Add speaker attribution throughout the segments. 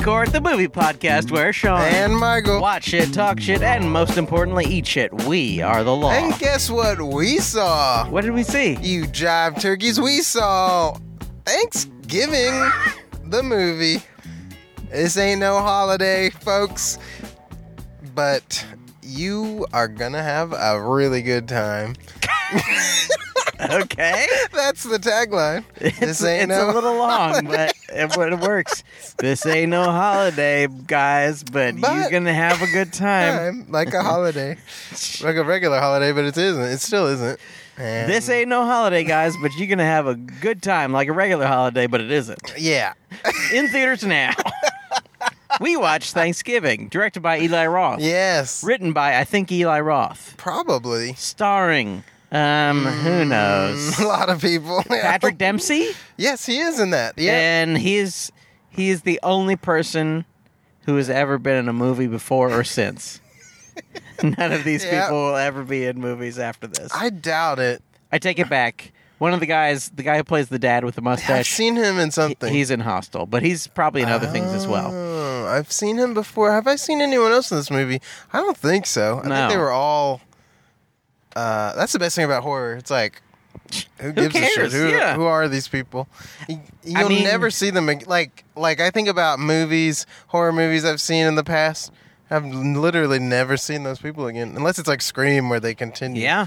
Speaker 1: Court, the movie podcast where Sean
Speaker 2: And Michael.
Speaker 1: watch shit, talk shit, and most importantly, eat shit. We are the law.
Speaker 2: And guess what we saw?
Speaker 1: What did we see?
Speaker 2: You jive turkeys, we saw Thanksgiving, the movie. This ain't no holiday, folks. But you are gonna have a really good time.
Speaker 1: Okay.
Speaker 2: That's the tagline.
Speaker 1: It's,
Speaker 2: This ain't
Speaker 1: it's
Speaker 2: no
Speaker 1: a little long, but it, but it works. This ain't no holiday, guys, but, you're
Speaker 2: But-
Speaker 1: going to have a good time.
Speaker 2: time like a holiday, like a regular holiday, but it isn't. It still isn't. And
Speaker 1: This ain't no holiday, guys, but you're going to have a good time like a regular holiday, but it isn't.
Speaker 2: yeah.
Speaker 1: In theaters now. we watched Thanksgiving, directed by Eli Roth.
Speaker 2: Yes,
Speaker 1: Written by, I think, Eli Roth.
Speaker 2: probably.
Speaker 1: starring um
Speaker 2: Hmm.
Speaker 1: who knows
Speaker 2: A lot of people. Yeah.
Speaker 1: Patrick Dempsey
Speaker 2: Yes, he is in that. Yeah.
Speaker 1: and he's he is the only person who has ever been in a movie before or since. None of these
Speaker 2: Yeah.
Speaker 1: people will ever be in movies after this. I,
Speaker 2: I doubt it.
Speaker 1: take it back. One of the guys, the guy who plays the dad with the
Speaker 2: I've
Speaker 1: mustache,
Speaker 2: seen him in something.
Speaker 1: he's in Hostel, but he's probably in other things as well.
Speaker 2: Oh, I've seen him before. Have I seen anyone else in this movie? I don't think so. I
Speaker 1: No.
Speaker 2: think they were all. Uh, that's the best thing about horror. It's like, who gives a
Speaker 1: cares?
Speaker 2: shit? Who,
Speaker 1: Yeah.
Speaker 2: who are these people? You,
Speaker 1: I
Speaker 2: will
Speaker 1: mean-
Speaker 2: never see them. ag- Like, like I think about movies, horror movies I've seen in the past. I've literally never seen those people again, unless it's like Scream where they continue.
Speaker 1: Yeah.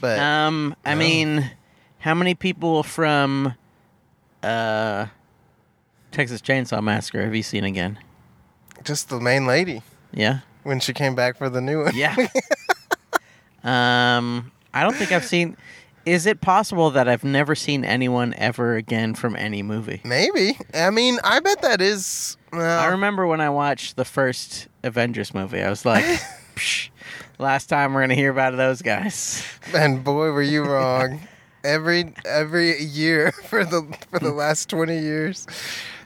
Speaker 2: but
Speaker 1: Um, I
Speaker 2: Yeah.
Speaker 1: mean, how many people from uh, Texas Chainsaw Massacre have you seen again?
Speaker 2: just the main lady
Speaker 1: Yeah,
Speaker 2: when she came back for the new one.
Speaker 1: yeah. um, I don't think I've seen. Is it possible that I've never seen anyone ever again from any movie?
Speaker 2: Maybe. I mean, I bet that is. well,
Speaker 1: I remember when I watched the first Avengers movie, I was like, Psh, "Last time we're gonna hear about those guys."
Speaker 2: And boy, were you wrong. every every year for the for the last twenty years.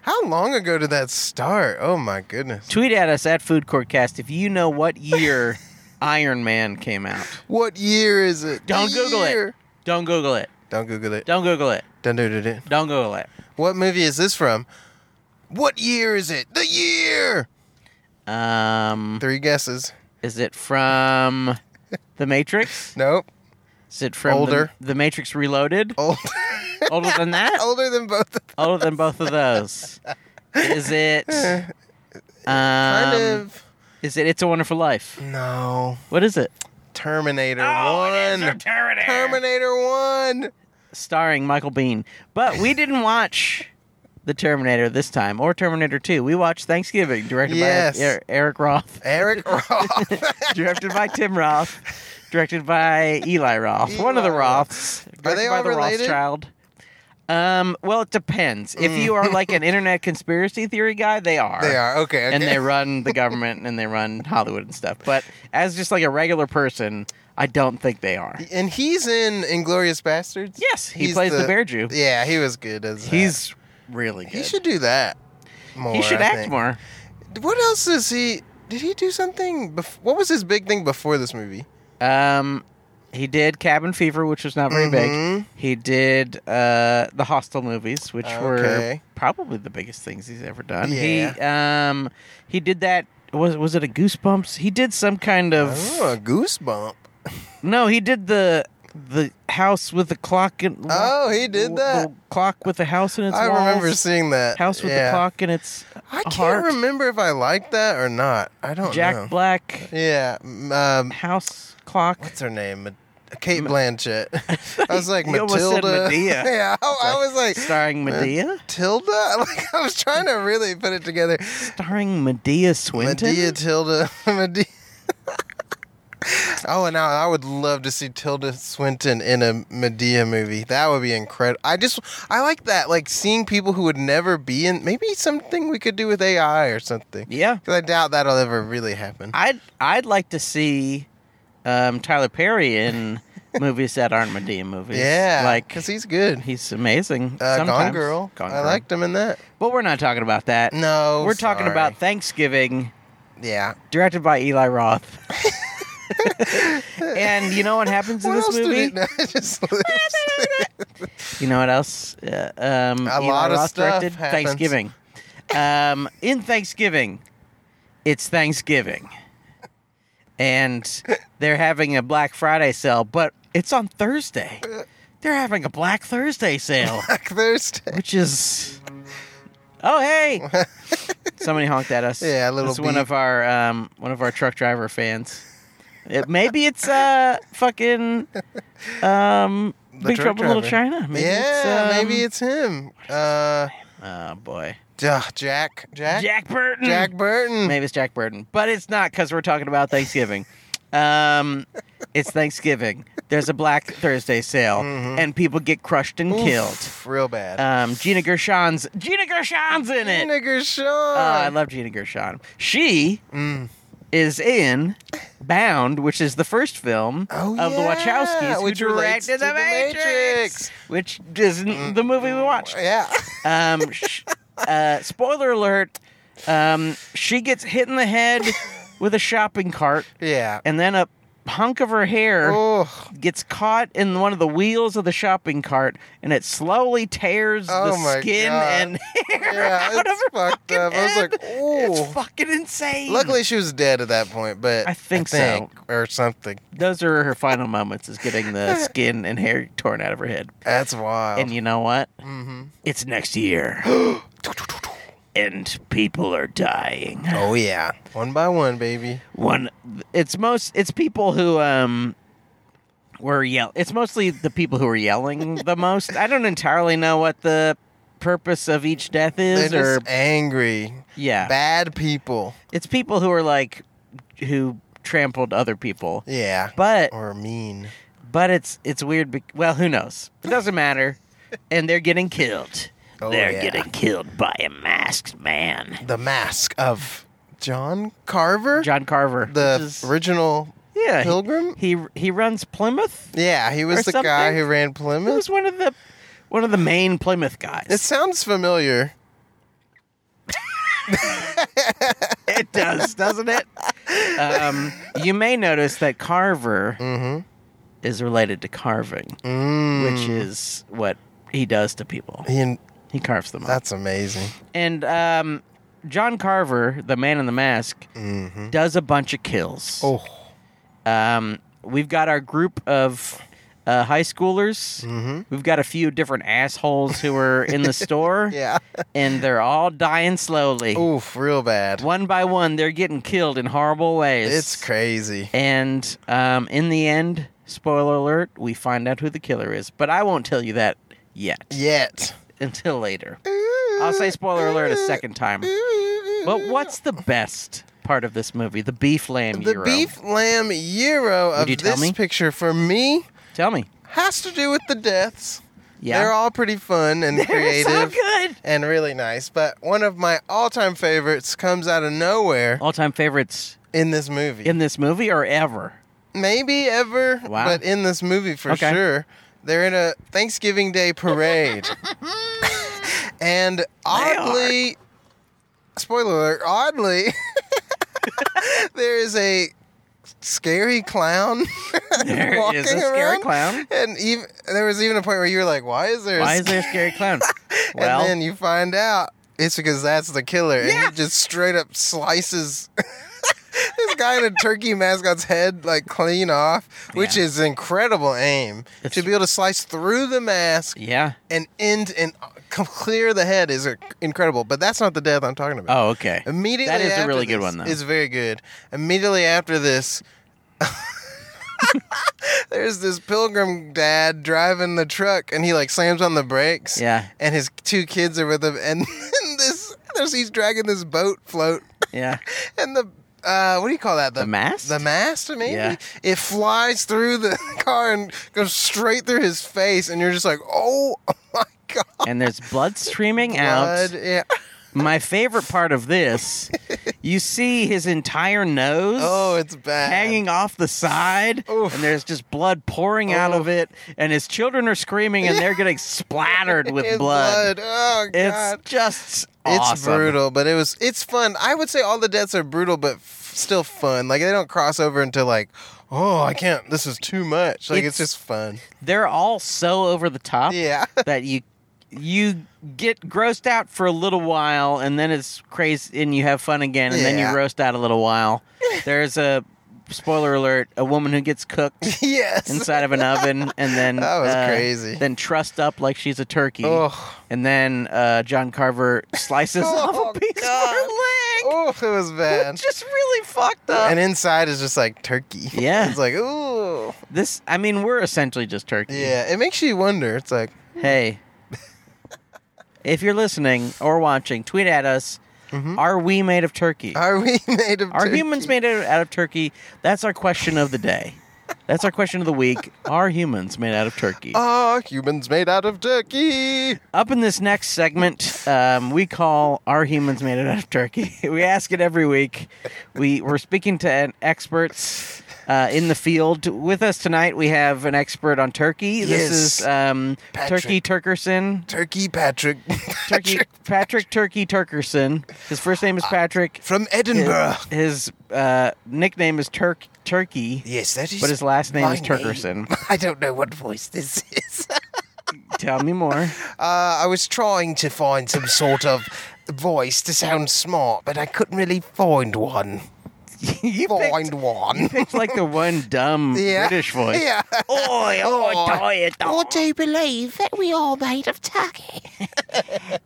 Speaker 2: How long ago did that start? Oh my goodness!
Speaker 1: Tweet at us at Food Courtcast if you know what year Iron Man came out.
Speaker 2: What year is it?
Speaker 1: Don't
Speaker 2: The
Speaker 1: Google it.
Speaker 2: year.
Speaker 1: Don't Google it.
Speaker 2: Don't Google it.
Speaker 1: Don't Google it.
Speaker 2: Don't do it. it.
Speaker 1: Don't Google it.
Speaker 2: What movie is this from? What year is it? The year.
Speaker 1: Um,
Speaker 2: Three guesses.
Speaker 1: is it from The Matrix?
Speaker 2: Nope.
Speaker 1: Is it from
Speaker 2: Older.
Speaker 1: The, the Matrix Reloaded?
Speaker 2: Old.
Speaker 1: Older than that?
Speaker 2: Older than both. of-
Speaker 1: Older than Oh, both of those? Is it? Um,
Speaker 2: Kind of.
Speaker 1: Is it It's a Wonderful Life?
Speaker 2: No.
Speaker 1: What is it?
Speaker 2: Terminator
Speaker 1: Oh,
Speaker 2: One.
Speaker 1: it is from Terminator.
Speaker 2: Terminator One.
Speaker 1: starring Michael Bean. But we didn't watch the Terminator this time or Terminator Two. We watched Thanksgiving, directed
Speaker 2: Yes.
Speaker 1: by Er- Eric Roth,
Speaker 2: Eric Roth.
Speaker 1: directed by Tim Roth, directed by Eli Roth, one of the
Speaker 2: Eli
Speaker 1: Roths.
Speaker 2: Are they
Speaker 1: directed by
Speaker 2: all
Speaker 1: the
Speaker 2: related?
Speaker 1: Rothschild. Um, well, it depends. If you are like an internet conspiracy theory guy, they are.
Speaker 2: Mm. They are okay. okay.
Speaker 1: And they run the government and they run Hollywood and stuff. But as just like a regular person, I don't think they are.
Speaker 2: and he's in Inglorious Bastards.
Speaker 1: Yes, he
Speaker 2: He's
Speaker 1: plays the, bear Jew.
Speaker 2: Yeah, he was good as that.
Speaker 1: He's really good.
Speaker 2: He should do that. More,
Speaker 1: He should
Speaker 2: I
Speaker 1: act
Speaker 2: think.
Speaker 1: more.
Speaker 2: What else is he? Did he do something? Bef- what was his big thing before this movie?
Speaker 1: Um, he did Cabin Fever, which was not very big.
Speaker 2: Mhm.
Speaker 1: He did uh, the Hostel movies, which were
Speaker 2: Okay.
Speaker 1: probably the biggest things he's ever done. He
Speaker 2: Yeah.
Speaker 1: um, he did that. Was was it a Goosebumps? He did some kind of
Speaker 2: Oh, a goosebump.
Speaker 1: no. He did the the house with the clock and
Speaker 2: Oh, he
Speaker 1: the
Speaker 2: did that.
Speaker 1: clock with the house in its
Speaker 2: I
Speaker 1: walls.
Speaker 2: remember seeing that.
Speaker 1: house with
Speaker 2: Yeah.
Speaker 1: the clock in its
Speaker 2: I can't
Speaker 1: heart.
Speaker 2: remember if I liked that or not. I don't
Speaker 1: Jack
Speaker 2: know.
Speaker 1: Black
Speaker 2: yeah. m- Um,
Speaker 1: house clock.
Speaker 2: what's her name? Ma- Kate Blanchett. I was like
Speaker 1: You almost said
Speaker 2: Matilda.
Speaker 1: Medea.
Speaker 2: yeah, I, I was like
Speaker 1: starring Medea,
Speaker 2: Tilda. Like I was trying to really put it together.
Speaker 1: starring Medea Swinton.
Speaker 2: Medea Tilda Medea. oh, and I, I would love to see Tilda Swinton in a Medea movie. That would be incredible. I just I like that, like seeing people who would never be in. Maybe something we could do with AI or something.
Speaker 1: Yeah,
Speaker 2: Because I doubt that'll ever really happen.
Speaker 1: I'd I'd like to see um, Tyler Perry in movies that aren't Medea movies.
Speaker 2: yeah,
Speaker 1: like
Speaker 2: because he's good.
Speaker 1: he's amazing.
Speaker 2: Uh, Gone
Speaker 1: sometimes.
Speaker 2: Girl.
Speaker 1: Gone
Speaker 2: I liked him in that.
Speaker 1: But we're not talking about that.
Speaker 2: No,
Speaker 1: we're talking
Speaker 2: sorry.
Speaker 1: about Thanksgiving,
Speaker 2: yeah.
Speaker 1: directed by Eli Roth. and you know what happens in
Speaker 2: What
Speaker 1: this
Speaker 2: else did
Speaker 1: movie?
Speaker 2: he- No, it just lives.
Speaker 1: You know what else? Uh, um,
Speaker 2: A
Speaker 1: Eli
Speaker 2: lot of
Speaker 1: Roth
Speaker 2: stuff
Speaker 1: directed
Speaker 2: happens.
Speaker 1: Thanksgiving. Um, in Thanksgiving, it's Thanksgiving, and they're having a Black Friday sale, but it's on Thursday. They're having a Black Thursday sale,
Speaker 2: Black Thursday.
Speaker 1: which is oh hey, somebody honked at us.
Speaker 2: Yeah, a little
Speaker 1: It's one
Speaker 2: beep.
Speaker 1: of our um, one of our truck driver fans. It, maybe it's uh fucking um
Speaker 2: The
Speaker 1: Big
Speaker 2: truck
Speaker 1: Trouble in Little
Speaker 2: driver.
Speaker 1: China. Maybe
Speaker 2: yeah,
Speaker 1: it's, um,
Speaker 2: maybe it's him. Uh,
Speaker 1: oh boy,
Speaker 2: duh, Jack, Jack,
Speaker 1: Jack Burton.
Speaker 2: Jack Burton.
Speaker 1: Maybe it's Jack Burton, but it's not because we're talking about Thanksgiving. Um, it's Thanksgiving. There's a Black Thursday sale, and people get crushed and killed.
Speaker 2: Mm-hmm. Oof, real bad.
Speaker 1: Um, Gina Gershon's Gina Gershon's in it.
Speaker 2: Nigger Sean.
Speaker 1: Uh, I love Gina Gershon. She
Speaker 2: Mm.
Speaker 1: is in Bound, which is the first film
Speaker 2: Oh,
Speaker 1: of
Speaker 2: yeah,
Speaker 1: the Wachowskis,
Speaker 2: which
Speaker 1: who
Speaker 2: relates
Speaker 1: directed
Speaker 2: to
Speaker 1: The
Speaker 2: The
Speaker 1: Matrix,
Speaker 2: Matrix.
Speaker 1: which isn't the movie we watched.
Speaker 2: yeah.
Speaker 1: Um, sh- uh, spoiler alert: um, she gets hit in the head with a shopping cart,
Speaker 2: yeah.
Speaker 1: and then a hunk of her hair
Speaker 2: Oh,
Speaker 1: gets caught in one of the wheels of the shopping cart, and it slowly tears
Speaker 2: Oh
Speaker 1: the
Speaker 2: my
Speaker 1: skin
Speaker 2: God.
Speaker 1: and hair
Speaker 2: yeah.
Speaker 1: out of
Speaker 2: It's
Speaker 1: her
Speaker 2: fucked
Speaker 1: fucking
Speaker 2: up. I was
Speaker 1: head.
Speaker 2: like,
Speaker 1: it's
Speaker 2: oh.
Speaker 1: fucking insane.
Speaker 2: Luckily, she was dead at that point, but
Speaker 1: I think so.
Speaker 2: or something.
Speaker 1: those are her final moments: is getting the skin and hair torn out of her head.
Speaker 2: That's wild.
Speaker 1: And you know what? It's next year, and people are dying.
Speaker 2: oh yeah, one by one, baby.
Speaker 1: one it's most it's people who um were yell it's mostly the people who are yelling the most i don't entirely know what the purpose of each death
Speaker 2: They're
Speaker 1: is or
Speaker 2: just angry,
Speaker 1: yeah
Speaker 2: bad people.
Speaker 1: it's people who are like who trampled other people
Speaker 2: Yeah,
Speaker 1: but
Speaker 2: or mean.
Speaker 1: but it's it's weird bec well who knows it doesn't matter and they're getting killed
Speaker 2: Oh,
Speaker 1: they're
Speaker 2: yeah.
Speaker 1: getting killed by a masked man
Speaker 2: The mask of John Carver,
Speaker 1: john carver
Speaker 2: the
Speaker 1: which is-
Speaker 2: original
Speaker 1: yeah he-
Speaker 2: Pilgrim.
Speaker 1: he he runs plymouth
Speaker 2: yeah, he
Speaker 1: or
Speaker 2: was the guy
Speaker 1: something?
Speaker 2: who ran
Speaker 1: He
Speaker 2: Plymouth.
Speaker 1: was one of the one of the main Plymouth guys.
Speaker 2: It sounds familiar.
Speaker 1: it does, doesn't it? Um, you may notice that Carver is related to carving,
Speaker 2: Mm-hmm. Mm.
Speaker 1: which is what he does to people.
Speaker 2: He-
Speaker 1: He carves them up.
Speaker 2: that's amazing.
Speaker 1: And um, John Carver, the man in the mask,
Speaker 2: hmm
Speaker 1: does a bunch of kills.
Speaker 2: Oh,
Speaker 1: Um, we've got our group of uh, high schoolers.
Speaker 2: Mm-hmm.
Speaker 1: We've got a few different assholes who are in the store,
Speaker 2: yeah. Oh.
Speaker 1: and they're all dying slowly.
Speaker 2: Oof, real bad.
Speaker 1: one by one they're getting killed in horrible ways
Speaker 2: It's crazy.
Speaker 1: and um, in the end spoiler alert we find out who the killer is but i won't tell you that yet
Speaker 2: Yet.
Speaker 1: until later i'll say spoiler alert a second time but what's the best part of this movie the beef lamb
Speaker 2: the
Speaker 1: gyro.
Speaker 2: beef lamb euro of
Speaker 1: you tell
Speaker 2: this
Speaker 1: me?
Speaker 2: picture for me
Speaker 1: tell me
Speaker 2: has to do with the deaths.
Speaker 1: yeah
Speaker 2: They're all pretty fun and
Speaker 1: They're
Speaker 2: creative.
Speaker 1: so good
Speaker 2: and really nice. But one of my all-time favorites comes out of nowhere
Speaker 1: all-time favorites
Speaker 2: in this movie.
Speaker 1: in this movie or ever
Speaker 2: Maybe ever,
Speaker 1: Wow.
Speaker 2: but in this movie for
Speaker 1: Okay.
Speaker 2: sure. They're in a Thanksgiving Day parade, and oddly, spoiler alert, oddly, there is a scary clown
Speaker 1: there
Speaker 2: walking
Speaker 1: is a scary
Speaker 2: around.
Speaker 1: clown
Speaker 2: And even, there was even a point where you were like, "Why is there?"
Speaker 1: why
Speaker 2: a
Speaker 1: is there a scary clown well
Speaker 2: and then you find out it's because that's the killer,
Speaker 1: Yeah.
Speaker 2: and he just straight up slices this guy in a turkey mascot's head like clean off, which
Speaker 1: Yeah.
Speaker 2: is incredible aim
Speaker 1: It's-
Speaker 2: to be able to slice through the mask
Speaker 1: yeah
Speaker 2: and end and c- clear the head is uh, incredible. But that's not the death I'm talking about.
Speaker 1: oh okay
Speaker 2: Immediately,
Speaker 1: That is a
Speaker 2: after
Speaker 1: really good
Speaker 2: this-
Speaker 1: one, though.
Speaker 2: It's very good. Immediately after this, there's this pilgrim dad driving the truck, and he like slams on the brakes.
Speaker 1: Yeah.
Speaker 2: and his two kids are with him, and then this there's he's dragging this boat float,
Speaker 1: yeah
Speaker 2: and the. Uh, what do you call that?
Speaker 1: The mast?
Speaker 2: The mast, maybe.
Speaker 1: Yeah.
Speaker 2: It flies through the car and goes straight through his face, and you're just like, "Oh my god!"
Speaker 1: and there's blood streaming out.
Speaker 2: Blood. Yeah.
Speaker 1: My favorite part of this, you see his entire nose
Speaker 2: Oh, it's bad.
Speaker 1: hanging off the side,
Speaker 2: Oof.
Speaker 1: and there's just blood pouring out of it, and his children are screaming, and they're getting splattered with
Speaker 2: His
Speaker 1: blood.
Speaker 2: Oh
Speaker 1: It's
Speaker 2: god.
Speaker 1: just
Speaker 2: It's,
Speaker 1: awesome.
Speaker 2: brutal, but it was it's fun. I would say all the deaths are brutal, but f- still fun. Like they don't cross over into like, oh, I can't. This is too much. Like
Speaker 1: It's-
Speaker 2: it's, just fun.
Speaker 1: They're all so over the top
Speaker 2: Yeah.
Speaker 1: that you you get grossed out for a little while, and then it's crazy, and you have fun again, and then
Speaker 2: Yeah.
Speaker 1: you roast out a little while. There's a spoiler alert: a woman who gets cooked
Speaker 2: yes.
Speaker 1: inside of an oven, and then
Speaker 2: That was
Speaker 1: uh,
Speaker 2: crazy.
Speaker 1: Then trussed up like she's a turkey,
Speaker 2: Oh,
Speaker 1: and then uh, John Carver slices
Speaker 2: Oh,
Speaker 1: off a piece of her
Speaker 2: God.
Speaker 1: leg.
Speaker 2: oh, it was bad.
Speaker 1: Just really fucked up.
Speaker 2: And inside is just like turkey.
Speaker 1: Yeah.
Speaker 2: It's like, ooh.
Speaker 1: This, I mean, we're essentially just turkey.
Speaker 2: Yeah, it makes you wonder. It's like,
Speaker 1: Hey, if you're listening or watching, tweet at us.
Speaker 2: Mhm.
Speaker 1: Are we made of turkey? Are,
Speaker 2: are we made of turkey?
Speaker 1: humans made out of, out of turkey? That's our question of the day. That's our question of the week. Are humans made out of turkey?
Speaker 2: Are humans made out of turkey?
Speaker 1: Up in this next segment, um, we call "Are humans made out of turkey?" we ask it every week. We we're speaking to an experts uh, in the field. With us tonight, we have an expert on turkey.
Speaker 2: Yes.
Speaker 1: This is um,
Speaker 2: Patrick.
Speaker 1: Turkey Turkerson.
Speaker 2: Turkey Patrick.
Speaker 1: Turkey
Speaker 2: Patrick Uh,
Speaker 1: Patrick Turkey Turkerson. His first name is Patrick.
Speaker 2: from Edinburgh.
Speaker 1: His uh, nickname is Turk Turkey,
Speaker 2: Yes, that is.
Speaker 1: but his last name
Speaker 2: my
Speaker 1: is Turkerson.
Speaker 2: I don't know what voice this is.
Speaker 1: Tell me more.
Speaker 2: Uh, I was trying to find some sort of voice to sound smart, but I couldn't really find one.
Speaker 1: you
Speaker 2: Find
Speaker 1: picked,
Speaker 2: one.
Speaker 1: picked like the one dumb
Speaker 2: Yeah.
Speaker 1: British voice.
Speaker 2: Yeah.
Speaker 1: Oi, oi,
Speaker 2: Oi.
Speaker 1: oi, oi.
Speaker 3: I do believe that we are made of turkey.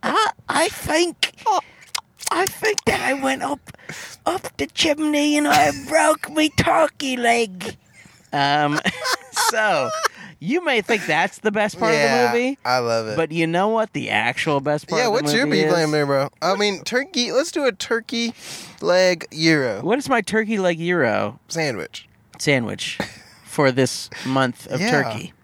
Speaker 1: I, I think I think that I went up up the chimney and I broke me turkey leg. Um, so you may think that's the best part
Speaker 2: yeah,
Speaker 1: of the movie.
Speaker 2: I love it.
Speaker 1: But you know what? The actual best part.
Speaker 2: yeah,
Speaker 1: of the
Speaker 2: what's your
Speaker 1: movie
Speaker 2: big
Speaker 1: is?
Speaker 2: plan there, bro? I mean, turkey. Let's do a turkey leg euro
Speaker 1: What is my turkey leg euro
Speaker 2: sandwich.
Speaker 1: sandwich for this month of
Speaker 2: Yeah.
Speaker 1: turkey?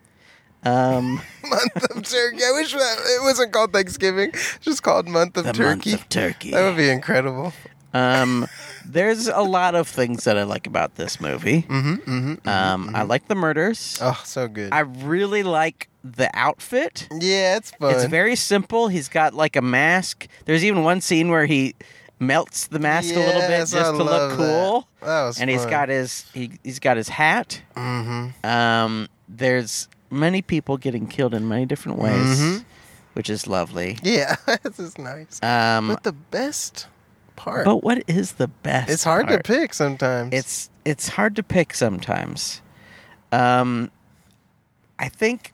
Speaker 1: Um,
Speaker 2: Month of turkey. I wish that it wasn't called Thanksgiving. It's just called month of
Speaker 1: the
Speaker 2: turkey.
Speaker 1: month of turkey.
Speaker 2: That would be incredible.
Speaker 1: Um, there's a lot of things that I like about this movie.
Speaker 2: Mm-hmm. mm-hmm.
Speaker 1: Um, I like the murders.
Speaker 2: Oh, so good.
Speaker 1: I really like the outfit.
Speaker 2: yeah, it's fun.
Speaker 1: It's very simple. He's got like a mask. There's even one scene where he melts the mask a little bit
Speaker 2: Yes,
Speaker 1: just
Speaker 2: I
Speaker 1: to look
Speaker 2: love that.
Speaker 1: cool.
Speaker 2: That was
Speaker 1: And he's got his he, he's got his hat.
Speaker 2: Mm-hmm.
Speaker 1: Um, there's many people getting killed in many different ways,
Speaker 2: Mhm.
Speaker 1: which is lovely.
Speaker 2: Yeah, this is nice.
Speaker 1: Um,
Speaker 2: but the best part.
Speaker 1: but what is the best?
Speaker 2: it's hard
Speaker 1: part?
Speaker 2: to pick sometimes.
Speaker 1: It's it's hard to pick sometimes. Um, I think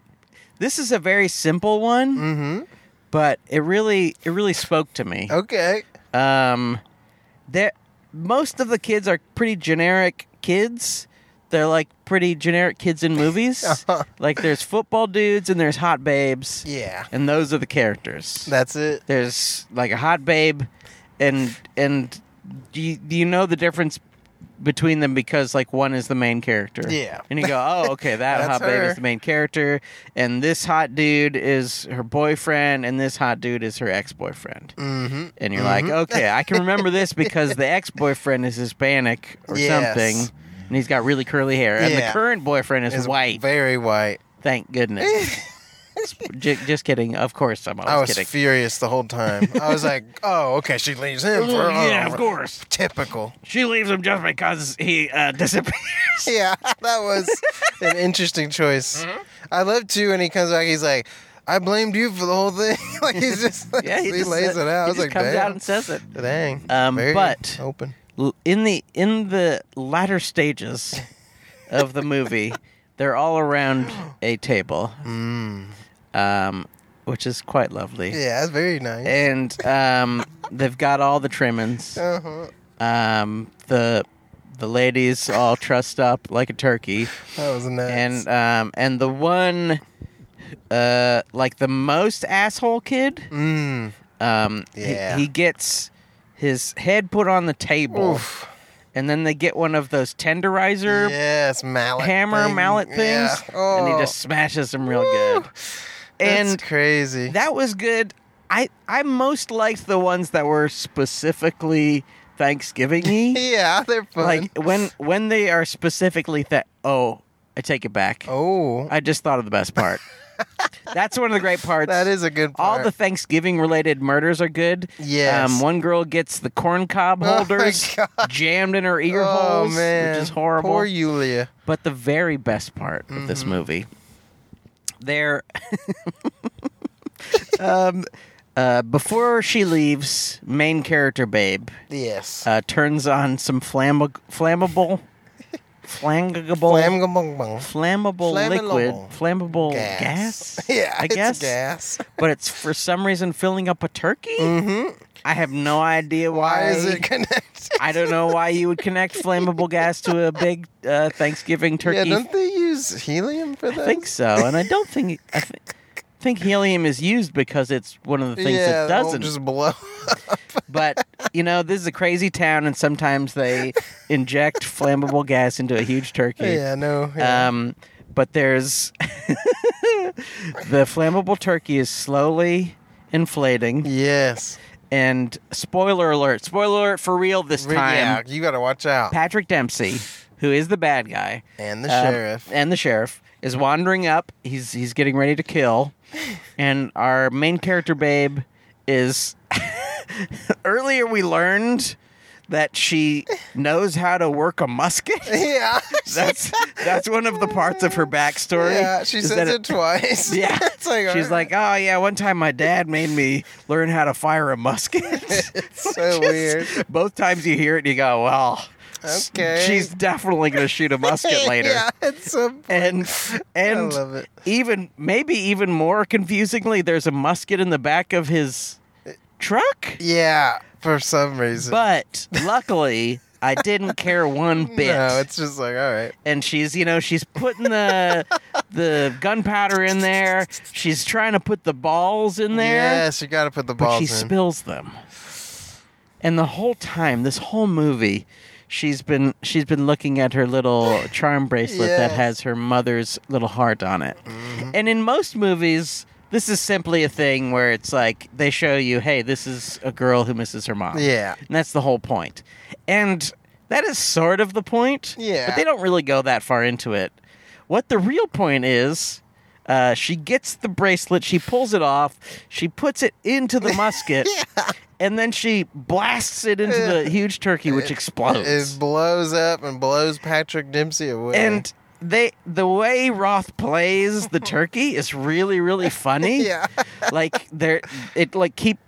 Speaker 1: this is a very simple one,
Speaker 2: Mm-hmm. Oh.
Speaker 1: but it really it really spoke to me.
Speaker 2: Okay.
Speaker 1: Um, there, most of the kids are pretty generic kids. They're like pretty generic kids in movies.
Speaker 2: Uh-huh.
Speaker 1: like there's football dudes and there's hot babes,
Speaker 2: Yeah.
Speaker 1: and those are the characters.
Speaker 2: That's it.
Speaker 1: there's like a hot babe, and and do you, do you know the difference between them because like one is the main character.
Speaker 2: Yeah.
Speaker 1: And you go, oh, okay, that
Speaker 2: That's
Speaker 1: hot babe
Speaker 2: her.
Speaker 1: is the main character, and this hot dude is her boyfriend, and this hot dude is her ex boyfriend
Speaker 2: Mm-hmm.
Speaker 1: and you're like, okay, I can remember this because the ex boyfriend is Hispanic or
Speaker 2: Yes.
Speaker 1: something, and he's got really curly hair, and the
Speaker 2: Yeah.
Speaker 1: current boyfriend is white.
Speaker 2: Very white.
Speaker 1: Thank goodness. J- just kidding. Of course, I'm always
Speaker 2: I was
Speaker 1: kidding.
Speaker 2: furious the whole time. I was like, "Oh, okay, she leaves him for oh,
Speaker 1: yeah, of course.
Speaker 2: Typical.
Speaker 1: She leaves him just because he uh, disappears.
Speaker 2: Yeah, that was an interesting choice.
Speaker 1: Mm-hmm.
Speaker 2: I love too when he comes back. He's like, "I blamed you for the whole thing." like he's just like,
Speaker 1: yeah,
Speaker 2: he,
Speaker 1: he, just
Speaker 2: lays
Speaker 1: sa-
Speaker 2: it out. I
Speaker 1: he
Speaker 2: was
Speaker 1: just
Speaker 2: like,
Speaker 1: comes out
Speaker 2: "Damn,
Speaker 1: and says it.
Speaker 2: dang."
Speaker 1: Um,
Speaker 2: Very
Speaker 1: but-
Speaker 2: open.
Speaker 1: L- in the in the latter stages of the movie, they're all around a table, Mm. um, which is quite lovely.
Speaker 2: Yeah, that's very nice.
Speaker 1: and um, they've got all the trimmings.
Speaker 2: Uh-huh.
Speaker 1: Um, the the ladies all trussed up like a turkey,
Speaker 2: That was nice.
Speaker 1: and um, and the one, uh, like the most asshole kid,
Speaker 2: mm,
Speaker 1: um, he-
Speaker 2: Yeah.
Speaker 1: he, gets his head put on the table,
Speaker 2: oof.
Speaker 1: and then they get one of those tenderizer.
Speaker 2: yes, mallet,
Speaker 1: Hammer
Speaker 2: thing.
Speaker 1: mallet things,
Speaker 2: Yeah. Oh,
Speaker 1: and he just smashes them real good.
Speaker 2: that's
Speaker 1: and-
Speaker 2: crazy.
Speaker 1: That was good. I I most liked the ones that were specifically Thanksgiving-y.
Speaker 2: yeah, they're fun.
Speaker 1: like when when they are specifically that. Oh, I take it back.
Speaker 2: oh,
Speaker 1: I just thought of the best part. That's one of the great parts.
Speaker 2: that is a good.
Speaker 1: all
Speaker 2: Part.
Speaker 1: the Thanksgiving related murders are good. Um,
Speaker 2: Yes.
Speaker 1: one girl gets the corn cob
Speaker 2: Oh my
Speaker 1: holders
Speaker 2: God.
Speaker 1: jammed in her ear
Speaker 2: oh
Speaker 1: holes,
Speaker 2: man,
Speaker 1: which is horrible.
Speaker 2: Poor Mm-hmm. Yulia.
Speaker 1: But the very best part of this movie, they're um, uh, before she leaves, main character Babe
Speaker 2: Yes.
Speaker 1: uh, turns on some flammable, flammable, flammable,
Speaker 2: Flam gum bum bum.
Speaker 1: flammable liquid, flammable
Speaker 2: Flammable.
Speaker 1: gas.
Speaker 2: Gas. Yeah,
Speaker 1: I
Speaker 2: it's
Speaker 1: guess.
Speaker 2: gas.
Speaker 1: But it's for some reason filling up a turkey.
Speaker 2: Mm-hmm.
Speaker 1: I have no idea why.
Speaker 2: Why is it connected?
Speaker 1: I don't know why you would connect flammable gas to a big uh, Thanksgiving turkey.
Speaker 2: Yeah, don't they use helium for
Speaker 1: I
Speaker 2: that?
Speaker 1: think so, and I don't think I th- think helium is used because it's one of the things
Speaker 2: yeah,
Speaker 1: that
Speaker 2: won't
Speaker 1: doesn't.
Speaker 2: just blow.
Speaker 1: But you know, this is a crazy town, and sometimes they inject flammable gas into a huge turkey.
Speaker 2: yeah, no. Yeah.
Speaker 1: Um, but there's the flammable turkey is slowly inflating,
Speaker 2: yes.
Speaker 1: and spoiler alert! Spoiler alert for real this
Speaker 2: Re-
Speaker 1: time.
Speaker 2: Yeah, you gotta watch out.
Speaker 1: Patrick Dempsey, who is the bad guy,
Speaker 2: and the
Speaker 1: um,
Speaker 2: sheriff.
Speaker 1: and the sheriff is wandering up. He's he's getting ready to kill, and our main character babe is. Earlier, we learned that she knows how to work a musket.
Speaker 2: yeah.
Speaker 1: That's that's one of the parts of her backstory.
Speaker 2: yeah, she
Speaker 1: is
Speaker 2: says
Speaker 1: that
Speaker 2: it, twice.
Speaker 1: Yeah.
Speaker 2: it's like
Speaker 1: She's like, oh yeah, one time my dad made me learn how to fire a musket.
Speaker 2: it's
Speaker 1: Just-
Speaker 2: so weird.
Speaker 1: Both times you hear it, you go, well, s-
Speaker 2: Okay.
Speaker 1: she's definitely gonna shoot a musket later.
Speaker 2: yeah, it's so.
Speaker 1: And
Speaker 2: I
Speaker 1: and
Speaker 2: love it.
Speaker 1: even maybe even more confusingly, there's a musket in the back of his truck.
Speaker 2: Yeah, for some reason.
Speaker 1: But luckily, I didn't care one bit.
Speaker 2: No, it's just like all right.
Speaker 1: and she's you know she's putting the the gunpowder in there. She's trying to put the balls in there,
Speaker 2: Yes, you got to put the
Speaker 1: but
Speaker 2: balls
Speaker 1: she
Speaker 2: in.
Speaker 1: spills them. And the whole time, this whole movie, she's been she's been looking at her little charm bracelet that
Speaker 2: Yes. Mm-hmm.
Speaker 1: has her mother's little heart on it. And in most movies, this is simply a thing where it's like they show you, hey, this is a girl who misses her mom.
Speaker 2: yeah,
Speaker 1: And that's the whole point. And that is sort of the point.
Speaker 2: Yeah.
Speaker 1: But they don't really go that far into it. What the real point is, uh, she gets the bracelet, she pulls it off, she puts it into the musket, and then she blasts it into the huge turkey, which explodes.
Speaker 2: it blows up and blows Patrick Dempsey away.
Speaker 1: and they the way Roth plays the turkey is really, really funny.
Speaker 2: yeah,
Speaker 1: like there it like keeps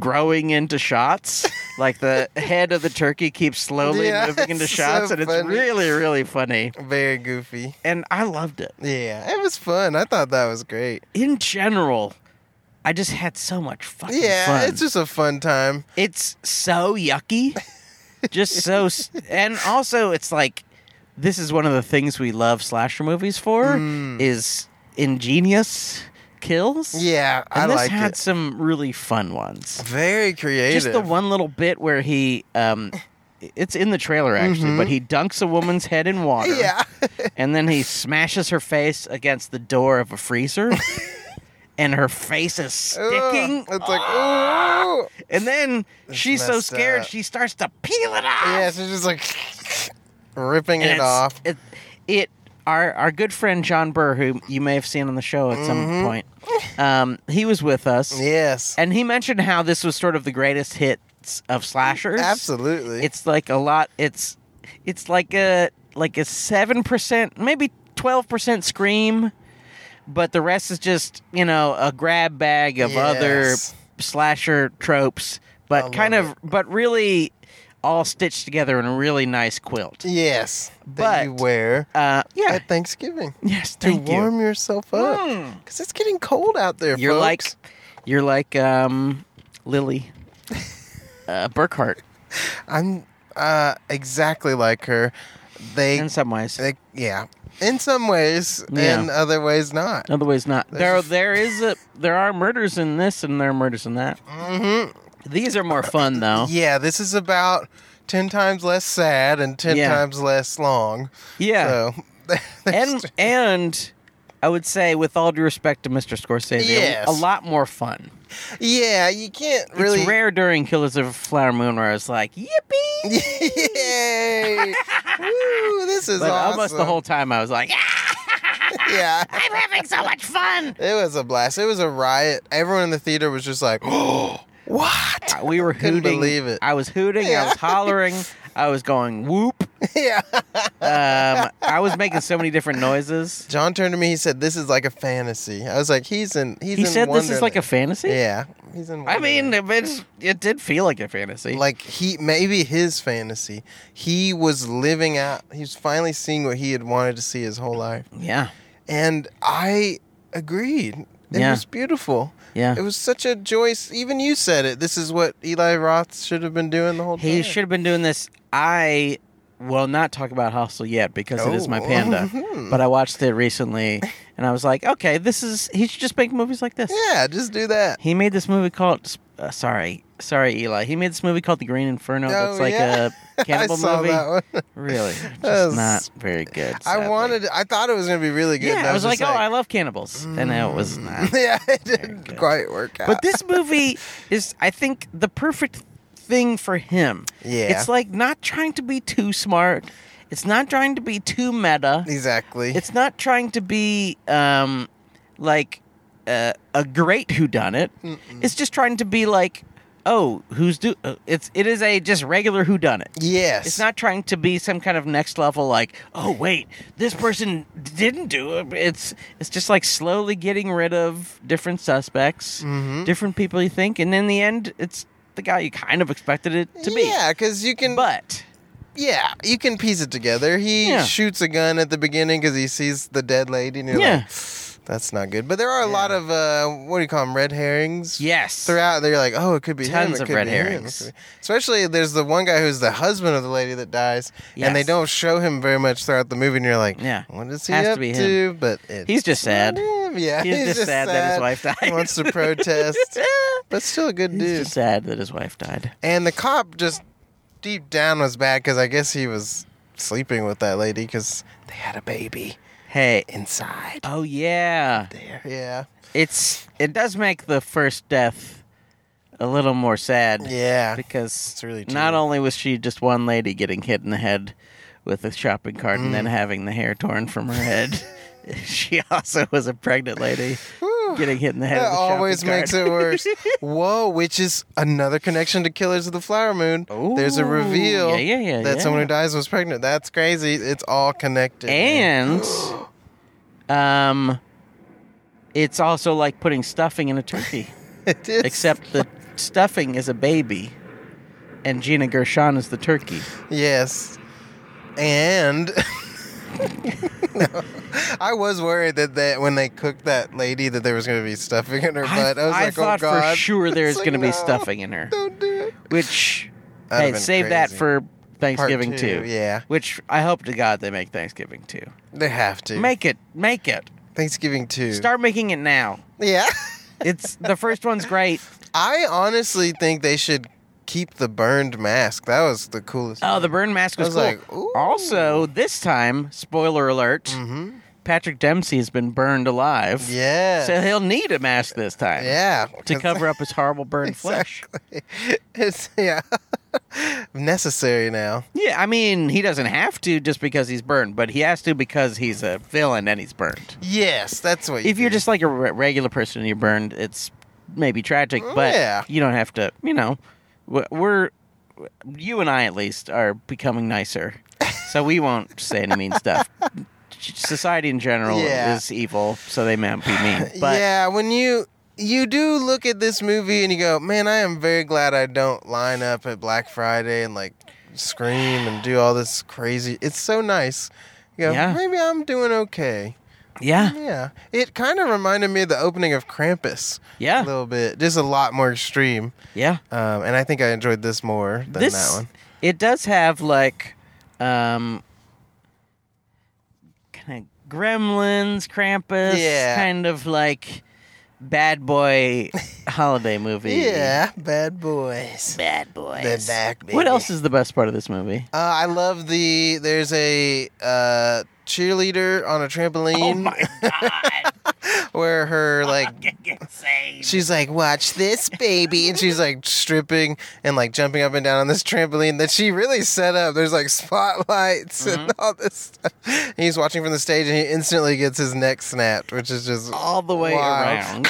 Speaker 1: growing into shots like the head of the turkey keeps slowly
Speaker 2: Yeah,
Speaker 1: moving into
Speaker 2: it's
Speaker 1: shots
Speaker 2: so
Speaker 1: and it's
Speaker 2: funny.
Speaker 1: really really funny
Speaker 2: very goofy.
Speaker 1: and i loved it
Speaker 2: Yeah, it was fun. I thought that was great.
Speaker 1: in general i just had so much fucking
Speaker 2: Yeah,
Speaker 1: fun
Speaker 2: it's just a fun time.
Speaker 1: it's so yucky just so s- and also it's like this is one of the things we love slasher movies for
Speaker 2: Mm.
Speaker 1: is ingenious kills
Speaker 2: Yeah, I
Speaker 1: and this
Speaker 2: like
Speaker 1: had
Speaker 2: it.
Speaker 1: some really fun ones
Speaker 2: Very creative.
Speaker 1: just the one little bit where he um it's in the trailer actually
Speaker 2: Mhm.
Speaker 1: but he dunks a woman's head in water
Speaker 2: Yeah,
Speaker 1: and then he smashes her face against the door of a freezer and her face is sticking
Speaker 2: It's like ooh.
Speaker 1: and then she's so
Speaker 2: messed
Speaker 1: scared
Speaker 2: up.
Speaker 1: she starts to peel it off
Speaker 2: Yeah, she's just like ripping
Speaker 1: and
Speaker 2: it
Speaker 1: it's-
Speaker 2: off.
Speaker 1: it, it our our good friend john burr who you may have seen on the show at some
Speaker 2: Mhm.
Speaker 1: point um he was with us
Speaker 2: Yes,
Speaker 1: and he mentioned how this was sort of the greatest hits of slashers
Speaker 2: absolutely.
Speaker 1: it's like a lot it's it's like a like a 7% maybe 12% scream but the rest is just you know a grab bag of
Speaker 2: Yes.
Speaker 1: other slasher tropes
Speaker 2: I
Speaker 1: but
Speaker 2: love
Speaker 1: kind of but really all stitched together in a really nice quilt
Speaker 2: yes, that you
Speaker 1: But-
Speaker 2: wear
Speaker 1: uh yeah
Speaker 2: at Thanksgiving
Speaker 1: yes
Speaker 2: to
Speaker 1: thank you
Speaker 2: warm yourself up
Speaker 1: Mm.
Speaker 2: because it's getting cold out there.
Speaker 1: you're like
Speaker 2: folks.
Speaker 1: you're like um lily uh burkhart
Speaker 2: I'm uh, exactly like her. They,
Speaker 1: in some ways
Speaker 2: they yeah, in some ways,
Speaker 1: Yeah.
Speaker 2: in other ways not.
Speaker 1: in other ways not there
Speaker 2: There's a-
Speaker 1: there is a there are murders in this and there are murders in that
Speaker 2: hmm
Speaker 1: These are more fun though.
Speaker 2: Yeah, this is about ten times less sad and ten
Speaker 1: Yeah.
Speaker 2: times less long.
Speaker 1: Yeah.
Speaker 2: So, there's-
Speaker 1: and and I would say with all due respect to Mr. Scorsese,
Speaker 2: Yes.
Speaker 1: a lot more fun.
Speaker 2: yeah, you can't really.
Speaker 1: It's rare during Killers of the Flower Moon where I was like, yippee.
Speaker 2: Yay! Woo! This is
Speaker 1: But
Speaker 2: awesome.
Speaker 1: almost the whole time I was like, "Ah,
Speaker 2: yeah.
Speaker 1: I'm having so much fun.
Speaker 2: It was a blast. It was a riot. Everyone in the theater was just like, "Oh, what?"
Speaker 1: We were
Speaker 2: Couldn't
Speaker 1: hooting.
Speaker 2: believe it.
Speaker 1: I was hooting, I
Speaker 2: Yeah.
Speaker 1: was hollering, I was going whoop.
Speaker 2: yeah.
Speaker 1: Um, I was making so many different noises.
Speaker 2: John turned to me. He said, "This is like a fantasy." I was like, "He's in." He's
Speaker 1: He
Speaker 2: in
Speaker 1: said this is like a
Speaker 2: Wonderland."
Speaker 1: fantasy.
Speaker 2: Yeah, he's in.
Speaker 1: I mean,
Speaker 2: Wonderland.
Speaker 1: it, it's- it did feel like a fantasy.
Speaker 2: like he maybe his fantasy. He was living out. He was finally seeing what he had wanted to see his whole life,
Speaker 1: yeah,
Speaker 2: and I agreed. It
Speaker 1: Yeah.
Speaker 2: was beautiful.
Speaker 1: yeah.
Speaker 2: It was such a joyous. Even you said it. This is what Eli Roth should have been doing the whole time.
Speaker 1: He should have been doing this. I will not talk about Hostel yet because it is my
Speaker 2: Oh.
Speaker 1: panda.
Speaker 2: Mhm.
Speaker 1: but I watched it recently, and I was like, okay, this is. He should just make movies like this.
Speaker 2: Yeah, just do that.
Speaker 1: He made this movie called. Uh, sorry, sorry, Eli. He made this movie called The Green Inferno. that's
Speaker 2: Oh,
Speaker 1: like
Speaker 2: yeah.
Speaker 1: a cannibal
Speaker 2: I saw
Speaker 1: movie.
Speaker 2: that one.
Speaker 1: Really,
Speaker 2: was-
Speaker 1: just not very good. sadly.
Speaker 2: I wanted. I thought it was gonna be really good. and
Speaker 1: Yeah, I was like,
Speaker 2: just Mm.
Speaker 1: oh, I love cannibals, and it was not.
Speaker 2: yeah, it
Speaker 1: good.
Speaker 2: didn't quite work out.
Speaker 1: But this movie is, I think, the perfect thing for him.
Speaker 2: Yeah.
Speaker 1: It's like not trying to be too smart. It's not trying to be too meta.
Speaker 2: exactly.
Speaker 1: It's not trying to be um, like uh, a great who done it. It's just trying to be like, oh, who's do? Uh, it's it is a just regular who done it.
Speaker 2: yes.
Speaker 1: It's not trying to be some kind of next level like, oh wait, this person didn't do it. It's it's just like slowly getting rid of different suspects,
Speaker 2: Mhm.
Speaker 1: different people you think, and in the end, it's the guy you kind of expected it to be.
Speaker 2: Yeah, because you can.
Speaker 1: But
Speaker 2: yeah, you can piece it together. He
Speaker 1: Yeah.
Speaker 2: shoots a gun at the beginning because he sees the dead lady. And you're
Speaker 1: Yeah.
Speaker 2: like, that's not good. But there are a lot of uh, what do you call them? Red herrings.
Speaker 1: yes,
Speaker 2: Throughout, they're like, oh, it could be him,
Speaker 1: Tons
Speaker 2: it
Speaker 1: of
Speaker 2: could
Speaker 1: red
Speaker 2: be him, it
Speaker 1: herrings.
Speaker 2: could be- Especially, there's the one guy who's the husband of the lady that dies, and they
Speaker 1: Yes.
Speaker 2: don't show him very much throughout the movie. And you're like,
Speaker 1: Yeah.
Speaker 2: what is he
Speaker 1: Has to
Speaker 2: up
Speaker 1: be
Speaker 2: to?
Speaker 1: him.
Speaker 2: But it's
Speaker 1: he's just sad.
Speaker 2: not him. Yeah,
Speaker 1: He's, just, sad, that his wife died.
Speaker 2: He wants to protest, but still a good
Speaker 1: He's
Speaker 2: dude.
Speaker 1: just sad that his wife died.
Speaker 2: And the cop just deep down was bad because I guess he was sleeping with that lady because they had a baby
Speaker 1: Hey.
Speaker 2: inside
Speaker 1: Oh yeah.
Speaker 2: there. Yeah.
Speaker 1: It's it does make the first death a little more sad.
Speaker 2: Yeah.
Speaker 1: because
Speaker 2: It's really
Speaker 1: not
Speaker 2: true.
Speaker 1: only was she just one lady getting hit in the head with a shopping cart and
Speaker 2: Mm.
Speaker 1: then having the hair torn from her head, she also was a pregnant lady
Speaker 2: Whew.
Speaker 1: getting hit in the head.
Speaker 2: That
Speaker 1: with a shopping
Speaker 2: always
Speaker 1: cart.
Speaker 2: makes it worse. Whoa, which is another connection to Killers of the Flower Moon. There's a
Speaker 1: Ooh,
Speaker 2: reveal
Speaker 1: yeah, yeah, yeah,
Speaker 2: that
Speaker 1: yeah.
Speaker 2: someone who dies was pregnant. That's crazy. It's all connected. man.
Speaker 1: and um, it's also like putting stuffing in a turkey,
Speaker 2: it is.
Speaker 1: except the stuffing is a baby, and Gina Gershon is the turkey.
Speaker 2: Yes. And No. I was worried that they, when they cooked that lady that there was going to be stuffing in her butt. I was like,
Speaker 1: thought
Speaker 2: oh god.
Speaker 1: for sure there's
Speaker 2: It's like,
Speaker 1: going to be
Speaker 2: no, Oh,
Speaker 1: stuffing in her,
Speaker 2: Don't do it.
Speaker 1: which
Speaker 2: That'd
Speaker 1: hey,
Speaker 2: have been
Speaker 1: save that
Speaker 2: crazy.
Speaker 1: for
Speaker 2: Part
Speaker 1: Thanksgiving
Speaker 2: two,
Speaker 1: too.
Speaker 2: Yeah,
Speaker 1: Which I hope to God they make Thanksgiving too.
Speaker 2: they have to
Speaker 1: Make it, make it.
Speaker 2: Thanksgiving too.
Speaker 1: Start making it now.
Speaker 2: yeah,
Speaker 1: It's the first one's great.
Speaker 2: I honestly think they should keep the burned mask. That was the coolest.
Speaker 1: Oh, the burn mask
Speaker 2: I
Speaker 1: was,
Speaker 2: was
Speaker 1: cool.
Speaker 2: like, ooh.
Speaker 1: also, this time, spoiler alert:
Speaker 2: hmm
Speaker 1: Patrick Dempsey has been burned alive,
Speaker 2: Yeah,
Speaker 1: so he'll need a mask this time.
Speaker 2: yeah,
Speaker 1: To
Speaker 2: 'cause-
Speaker 1: cover up his horrible burned flesh.
Speaker 2: Exactly. It's yeah, necessary now.
Speaker 1: Yeah, I mean, he doesn't have to just because he's burned, but he has to because he's a villain and he's burned.
Speaker 2: Yes, that's what. You
Speaker 1: if you're
Speaker 2: do.
Speaker 1: just like a re- regular person and you're burned, it's maybe tragic, but
Speaker 2: yeah.
Speaker 1: you don't have to. You know, we're, we're you and I at least are becoming nicer, so we won't say any mean stuff. Society in general
Speaker 2: Yeah.
Speaker 1: is evil, so they might be mean. But
Speaker 2: yeah, when you you do look at this movie and you go, man, I am very glad I don't line up at Black Friday and like scream and do all this crazy. It's so nice. You go,
Speaker 1: Yeah.
Speaker 2: maybe I'm doing okay.
Speaker 1: yeah,
Speaker 2: Yeah, it kind of reminded me of the opening of Krampus a
Speaker 1: yeah,
Speaker 2: little bit, just a lot more extreme.
Speaker 1: yeah.
Speaker 2: Um, and I think I enjoyed this more than
Speaker 1: this
Speaker 2: that one.
Speaker 1: it does have like um kind of gremlins krampus
Speaker 2: Yeah.
Speaker 1: kind of like bad boy holiday movie
Speaker 2: Yeah, bad boys.
Speaker 1: bad boys
Speaker 2: They're back, baby.
Speaker 1: what else is the best part of this movie
Speaker 2: Uh, I love the there's a uh, cheerleader on a trampoline.
Speaker 1: oh my god
Speaker 2: where her like
Speaker 1: insane
Speaker 2: she's like watch this baby and she's like stripping and like jumping up and down on this trampoline that she really set up there's like spotlights and all this stuff he's watching from the stage and he instantly gets his neck snapped which is
Speaker 1: Oh.
Speaker 2: just
Speaker 1: all the way
Speaker 2: Wow.
Speaker 1: around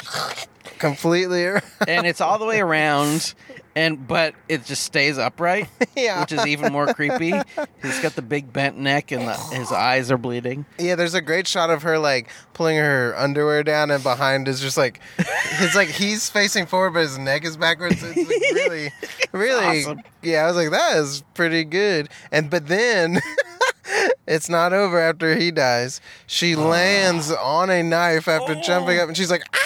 Speaker 2: completely
Speaker 1: and it's all the way around and but it just stays upright,
Speaker 2: Yeah.
Speaker 1: which is even more creepy. He's got the big bent neck, and the, his eyes are bleeding.
Speaker 2: Yeah, there's a great shot of her like pulling her underwear down, and behind is just like it's like he's facing forward, but his neck is backwards. It's like, really, really,
Speaker 1: awesome.
Speaker 2: yeah. I was like, that is pretty good. And but then it's not over after he dies. She lands on a knife after
Speaker 1: Oh.
Speaker 2: jumping up, and she's like, ah!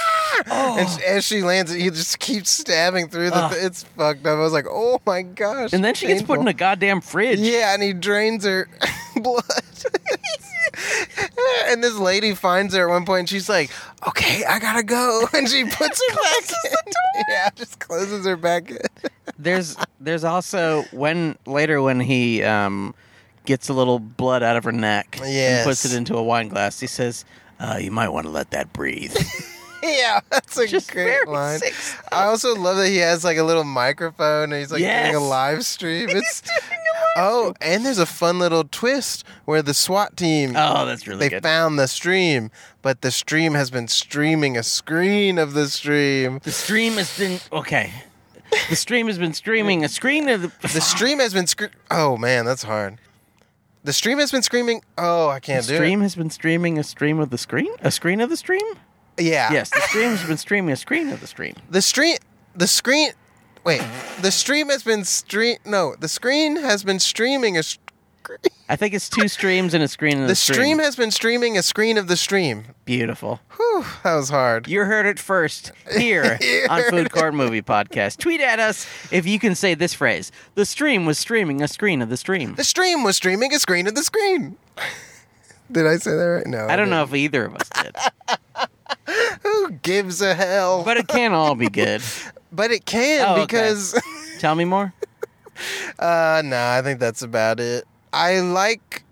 Speaker 2: And sh- as she lands, he just keeps stabbing through the.
Speaker 1: Ah.
Speaker 2: th- it's fucked up. I was like, oh my gosh.
Speaker 1: And then she gets put in
Speaker 2: painful.
Speaker 1: a goddamn fridge.
Speaker 2: Yeah, and he drains her blood. and this lady finds her at one point. And she's like, "Okay, I gotta go," and she puts her back in. Yeah, just closes her back in.
Speaker 1: There's there's also when later when he um, gets a little blood out of her neck
Speaker 2: Yes.
Speaker 1: and puts it into a wine glass, he says, uh, "You might want to let that breathe."
Speaker 2: yeah, that's a
Speaker 1: Just
Speaker 2: great
Speaker 1: very
Speaker 2: line.
Speaker 1: sick
Speaker 2: I also love that he has like a little microphone and he's like doing
Speaker 1: Yes.
Speaker 2: a live stream. It's oh, and there's a fun little twist where the SWAT team.
Speaker 1: oh, that's really
Speaker 2: they
Speaker 1: good.
Speaker 2: found the stream, but the stream has been streaming a screen of the stream.
Speaker 1: the stream has been okay. The stream has been streaming a screen of the.
Speaker 2: The stream has been scre- Oh man, that's hard. The stream has been screaming. Oh, I
Speaker 1: The
Speaker 2: can't do
Speaker 1: stream has been streaming a stream of the screen, a screen of the stream.
Speaker 2: it. Yeah.
Speaker 1: Yes, the stream has been streaming a screen of the stream.
Speaker 2: The stream. The screen. Wait. The stream has been stream. No, the screen has been streaming a. s-
Speaker 1: I think it's two streams and a screen of
Speaker 2: The stream has been streaming a screen of the stream.
Speaker 1: Beautiful.
Speaker 2: Whew, that was hard.
Speaker 1: You heard it first here
Speaker 2: You
Speaker 1: on
Speaker 2: heard
Speaker 1: Food Court Movie Podcast. Tweet at us if you can say this phrase. The stream was streaming a screen of the stream.
Speaker 2: The stream was streaming a screen of the screen. Did I say that right? No.
Speaker 1: I don't know
Speaker 2: didn't.
Speaker 1: if either of us did,
Speaker 2: Who gives a hell? But,
Speaker 1: but it can all be good.
Speaker 2: it can
Speaker 1: Oh, okay.
Speaker 2: because.
Speaker 1: Tell me more.
Speaker 2: Uh, no, I think that's about it. I like,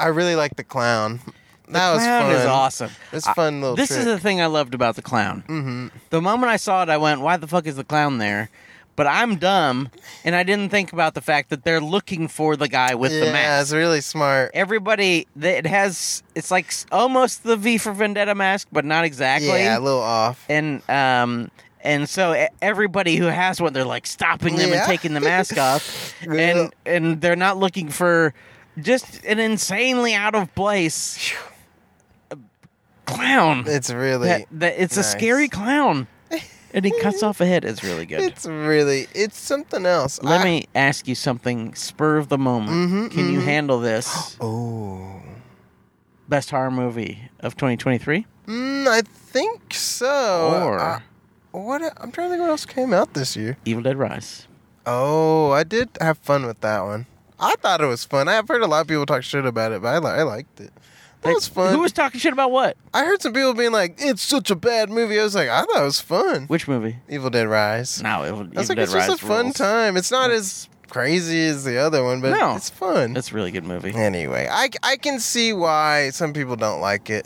Speaker 2: I really like the clown. that was
Speaker 1: Clown
Speaker 2: fun.
Speaker 1: is awesome.
Speaker 2: It's
Speaker 1: I-
Speaker 2: fun little
Speaker 1: This
Speaker 2: trick.
Speaker 1: is the thing I loved about the clown. Mm-hmm. The moment I saw it, I went, "Why the fuck is the clown there?" But I'm dumb, and I didn't think about the fact that they're looking for the guy with
Speaker 2: yeah,
Speaker 1: the mask.
Speaker 2: it's really smart.
Speaker 1: Everybody, that it has, it's like s- almost the V for Vendetta mask, but not exactly.
Speaker 2: Yeah, a little off.
Speaker 1: and um and so e- everybody who has one they're like stopping them
Speaker 2: Yeah.
Speaker 1: and taking the mask off
Speaker 2: Yeah.
Speaker 1: and and they're not looking for just an insanely out of place clown
Speaker 2: It's really,
Speaker 1: that, that it's
Speaker 2: nice.
Speaker 1: a scary clown and he cuts off a head it's really good
Speaker 2: it's really, it's something else.
Speaker 1: let
Speaker 2: I-
Speaker 1: me ask you something spur of the moment
Speaker 2: Mhm,
Speaker 1: can you handle this
Speaker 2: Oh,
Speaker 1: best horror movie of 2023
Speaker 2: mm, I think so.
Speaker 1: or
Speaker 2: I- what? I'm trying to think what else came out this year.
Speaker 1: evil dead rise
Speaker 2: Oh, I did have fun with that one. I thought it was fun. I've heard a lot of people talk shit about it, but I, li- I liked it. That
Speaker 1: Like,
Speaker 2: was fun.
Speaker 1: who was talking shit about what
Speaker 2: I heard some people being like, "It's such a bad movie." I was like, "I thought it was fun."
Speaker 1: which movie
Speaker 2: Evil Dead Rise.
Speaker 1: No, it would.
Speaker 2: I was
Speaker 1: Evil
Speaker 2: like, "It's
Speaker 1: Dead
Speaker 2: just a
Speaker 1: Rise
Speaker 2: fun
Speaker 1: rules.
Speaker 2: time. It's not as crazy as the other one, but
Speaker 1: No.
Speaker 2: it's fun."
Speaker 1: That's a really good movie.
Speaker 2: Anyway, I I can see why some people don't like it.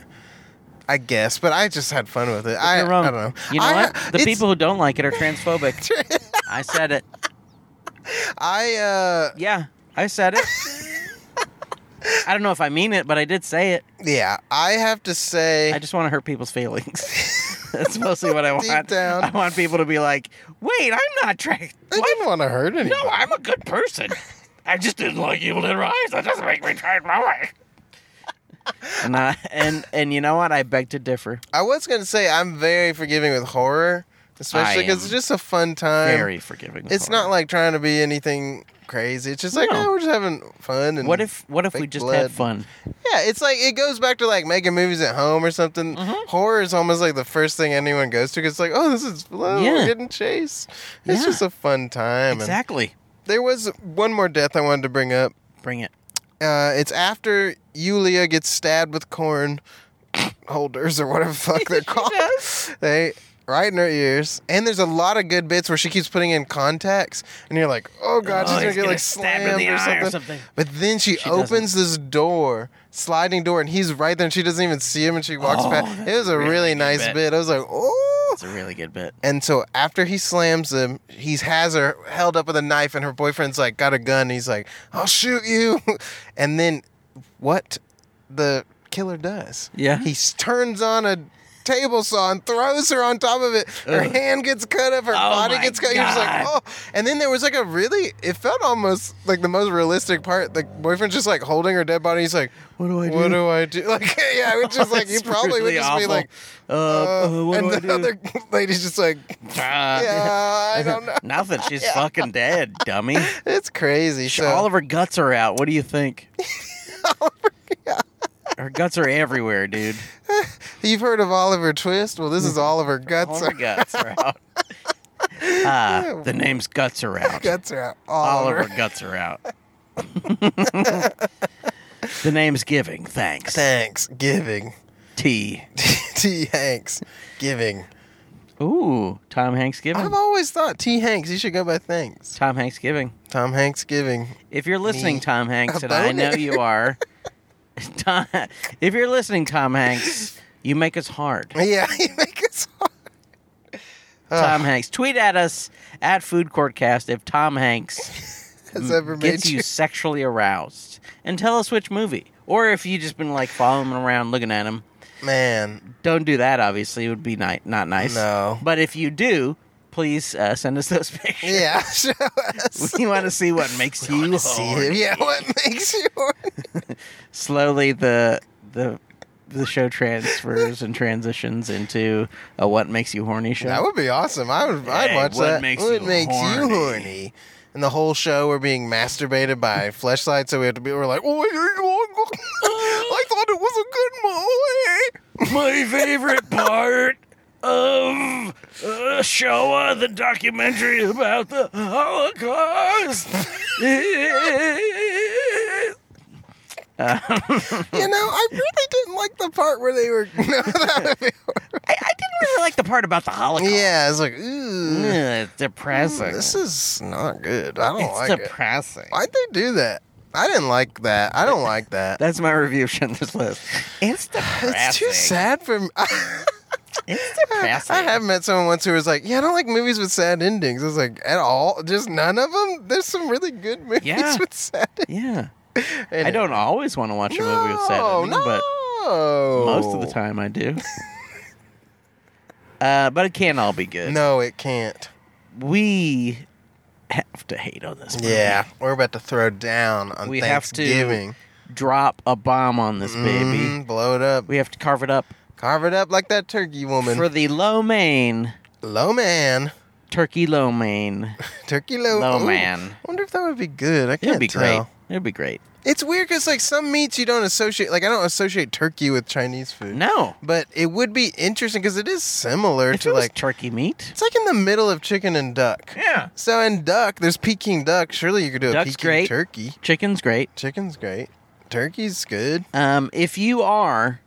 Speaker 2: I guess, but I just had fun with it. I,
Speaker 1: You're wrong.
Speaker 2: I don't know.
Speaker 1: You know
Speaker 2: I,
Speaker 1: what? The
Speaker 2: it's-
Speaker 1: people who don't like it are transphobic. I said it.
Speaker 2: I uh
Speaker 1: Yeah, I said it. I don't know if I mean it, but I did say it.
Speaker 2: yeah, I have to say
Speaker 1: I just want to hurt people's feelings. That's mostly what I want.
Speaker 2: Deep down.
Speaker 1: I want people to be like, "Wait, I'm not trans.
Speaker 2: I didn't want to hurt anyone.
Speaker 1: No, I'm a good person. I just didn't like Evil Dead Rise. That doesn't make me turn my way." And I, and and you know what? I beg to differ.
Speaker 2: I was gonna say I'm very forgiving with horror, especially because
Speaker 1: am
Speaker 2: it's just a fun time.
Speaker 1: Very forgiving. with
Speaker 2: Um, It's
Speaker 1: horror.
Speaker 2: not like trying to be anything crazy. It's just like,
Speaker 1: No.
Speaker 2: no, we're just having fun. And
Speaker 1: What if what if we
Speaker 2: fake
Speaker 1: just
Speaker 2: blood.
Speaker 1: had fun?
Speaker 2: Yeah, it's like it goes back to like making movies at home or something.
Speaker 1: Mm-hmm.
Speaker 2: Horror is almost like the first thing anyone goes to. 'cause it's like, oh, this is blood. We're
Speaker 1: Yeah.
Speaker 2: getting chased. It's
Speaker 1: Yeah.
Speaker 2: just a fun time. and
Speaker 1: Exactly.
Speaker 2: there was one more death I wanted to bring up.
Speaker 1: Bring it.
Speaker 2: Uh, it's after Yulia gets stabbed with corn holders or whatever the fuck they're called. They right in her ears. And there's a lot of good bits where she keeps putting in contacts, and you're like, oh god, she's
Speaker 1: Oh,
Speaker 2: gonna
Speaker 1: he's
Speaker 2: get
Speaker 1: gonna
Speaker 2: like
Speaker 1: stab her in
Speaker 2: slammed
Speaker 1: the
Speaker 2: or,
Speaker 1: eye
Speaker 2: something.
Speaker 1: or something.
Speaker 2: But then she,
Speaker 1: doesn't.
Speaker 2: opens this door, sliding door, and he's right there, and she doesn't even see him, and she walks
Speaker 1: Oh,
Speaker 2: past. It
Speaker 1: that's
Speaker 2: was a
Speaker 1: a
Speaker 2: really,
Speaker 1: really good
Speaker 2: nice
Speaker 1: bit.
Speaker 2: bit. I was like, oh.
Speaker 1: It's a really good bit.
Speaker 2: And so after he slams him, he has her held up with a knife, and her boyfriend's like, got a gun. And he's like, I'll shoot you. And then what the killer does?
Speaker 1: Yeah.
Speaker 2: He s- turns on a table saw and throws her on top of it. Her
Speaker 1: Ugh. Oh
Speaker 2: hand gets cut up, her body
Speaker 1: my
Speaker 2: gets cut. You're just like, oh.
Speaker 1: God.
Speaker 2: And then there was like a really, it felt almost like the most realistic part. The boyfriend's just like holding her dead body. He's like,
Speaker 1: What do I
Speaker 2: What
Speaker 1: do?
Speaker 2: do I do? Like, yeah, which is like, you
Speaker 1: It's
Speaker 2: probably
Speaker 1: really
Speaker 2: would just be
Speaker 1: awful.
Speaker 2: like,
Speaker 1: Uh,
Speaker 2: uh,
Speaker 1: uh, what
Speaker 2: and
Speaker 1: do I
Speaker 2: the
Speaker 1: do?
Speaker 2: other lady's just like,
Speaker 1: Ah.
Speaker 2: yeah, I don't know.
Speaker 1: Nothing. She's fucking dead, dummy.
Speaker 2: It's crazy. So,
Speaker 1: All of her guts are out. What do you think? Her guts are everywhere, dude.
Speaker 2: you've heard of Oliver Twist? Well, this is Oliver Guts. uh,
Speaker 1: All her guts are out. Ah, the name's Guts are out.
Speaker 2: Guts are out.
Speaker 1: Oliver
Speaker 2: Oliver.
Speaker 1: Guts are out. the name's giving. Thanks.
Speaker 2: Thanks. Giving.
Speaker 1: T.
Speaker 2: T. Hanks. Giving.
Speaker 1: Ooh, Tom Hanks giving.
Speaker 2: I've always thought T. Hanks. You should go by thanks.
Speaker 1: Tom Hanks giving.
Speaker 2: Tom Hanks giving.
Speaker 1: If you're listening,
Speaker 2: Me
Speaker 1: Tom Hanks,
Speaker 2: a
Speaker 1: and I know
Speaker 2: boner.
Speaker 1: you are, Tom, if you're listening, Tom Hanks, you make us hard.
Speaker 2: Yeah, you make us.
Speaker 1: Tom Hanks, tweet at us at Food Courtcast if Tom Hanks
Speaker 2: Has ever made
Speaker 1: gets
Speaker 2: you.
Speaker 1: you sexually aroused, and tell us which movie. Or if you just been like following him around, looking at him.
Speaker 2: Man.
Speaker 1: Don't do that. Obviously, it would be ni- not nice.
Speaker 2: No.
Speaker 1: But if you do, please uh, send us those pictures.
Speaker 2: Yeah, show us.
Speaker 1: We want to see what makes you
Speaker 2: See
Speaker 1: horny.
Speaker 2: him. Yeah, what makes you.
Speaker 1: slowly the the the show transfers and transitions into a what makes you horny show.
Speaker 2: That would be awesome. I would. I'd
Speaker 1: Hey,
Speaker 2: watch
Speaker 1: what
Speaker 2: that.
Speaker 1: makes
Speaker 2: what
Speaker 1: you
Speaker 2: makes you
Speaker 1: horny?
Speaker 2: horny? And the whole show we're being masturbated by fleshlights, so we have to be. We're like, oh, I thought it was a good movie.
Speaker 1: my favorite part of uh, Showa, the documentary about the Holocaust.
Speaker 2: You know, I really didn't like the part where they were. No, that would
Speaker 1: I, I didn't really like the part about the
Speaker 2: be-
Speaker 1: Holocaust.
Speaker 2: yeah, it's like, ooh,
Speaker 1: Ugh, it's depressing.
Speaker 2: this is not good. I don't
Speaker 1: it's
Speaker 2: like it.
Speaker 1: depressing.
Speaker 2: Why'd they do that? I didn't like that. I don't like that.
Speaker 1: That's my review of Schindler's List. It's depressing.
Speaker 2: It's too sad for me.
Speaker 1: It's
Speaker 2: I
Speaker 1: depressing.
Speaker 2: have met someone once who was like, "Yeah, I don't like movies with sad endings." I was like, "At all? Just none of them." There's some really good movies
Speaker 1: Yeah.
Speaker 2: with sad. Endings.
Speaker 1: yeah. I
Speaker 2: Anyway.
Speaker 1: don't always want to watch a
Speaker 2: No,
Speaker 1: movie with sad ending,
Speaker 2: no.
Speaker 1: but most of the time I do. uh, but it can't all be good.
Speaker 2: No, it can't.
Speaker 1: We have to hate on this. Movie.
Speaker 2: Yeah, we're about to throw down on
Speaker 1: We have to
Speaker 2: Thanksgiving.
Speaker 1: Drop a bomb on this baby.
Speaker 2: Mhm, blow it up,
Speaker 1: We have to carve it up
Speaker 2: carve it up like that turkey woman.
Speaker 1: for the lo mein
Speaker 2: low man,
Speaker 1: turkey lo mein
Speaker 2: turkey low.
Speaker 1: lo
Speaker 2: Ooh,
Speaker 1: man.
Speaker 2: I wonder if that would be good. I can't
Speaker 1: It'd be
Speaker 2: tell.
Speaker 1: great. It'd be great.
Speaker 2: It's weird because like some meats you don't associate. Like I don't associate turkey with Chinese food.
Speaker 1: No,
Speaker 2: But it would be interesting because it is similar
Speaker 1: if
Speaker 2: to
Speaker 1: it was
Speaker 2: like
Speaker 1: turkey meat.
Speaker 2: it's like in the middle of chicken and duck.
Speaker 1: Yeah,
Speaker 2: So in duck, there's Peking duck. Surely you could do a
Speaker 1: Duck's
Speaker 2: Peking
Speaker 1: great.
Speaker 2: turkey.
Speaker 1: chicken's great.
Speaker 2: Chicken's great. Turkey's good.
Speaker 1: Um, if you are,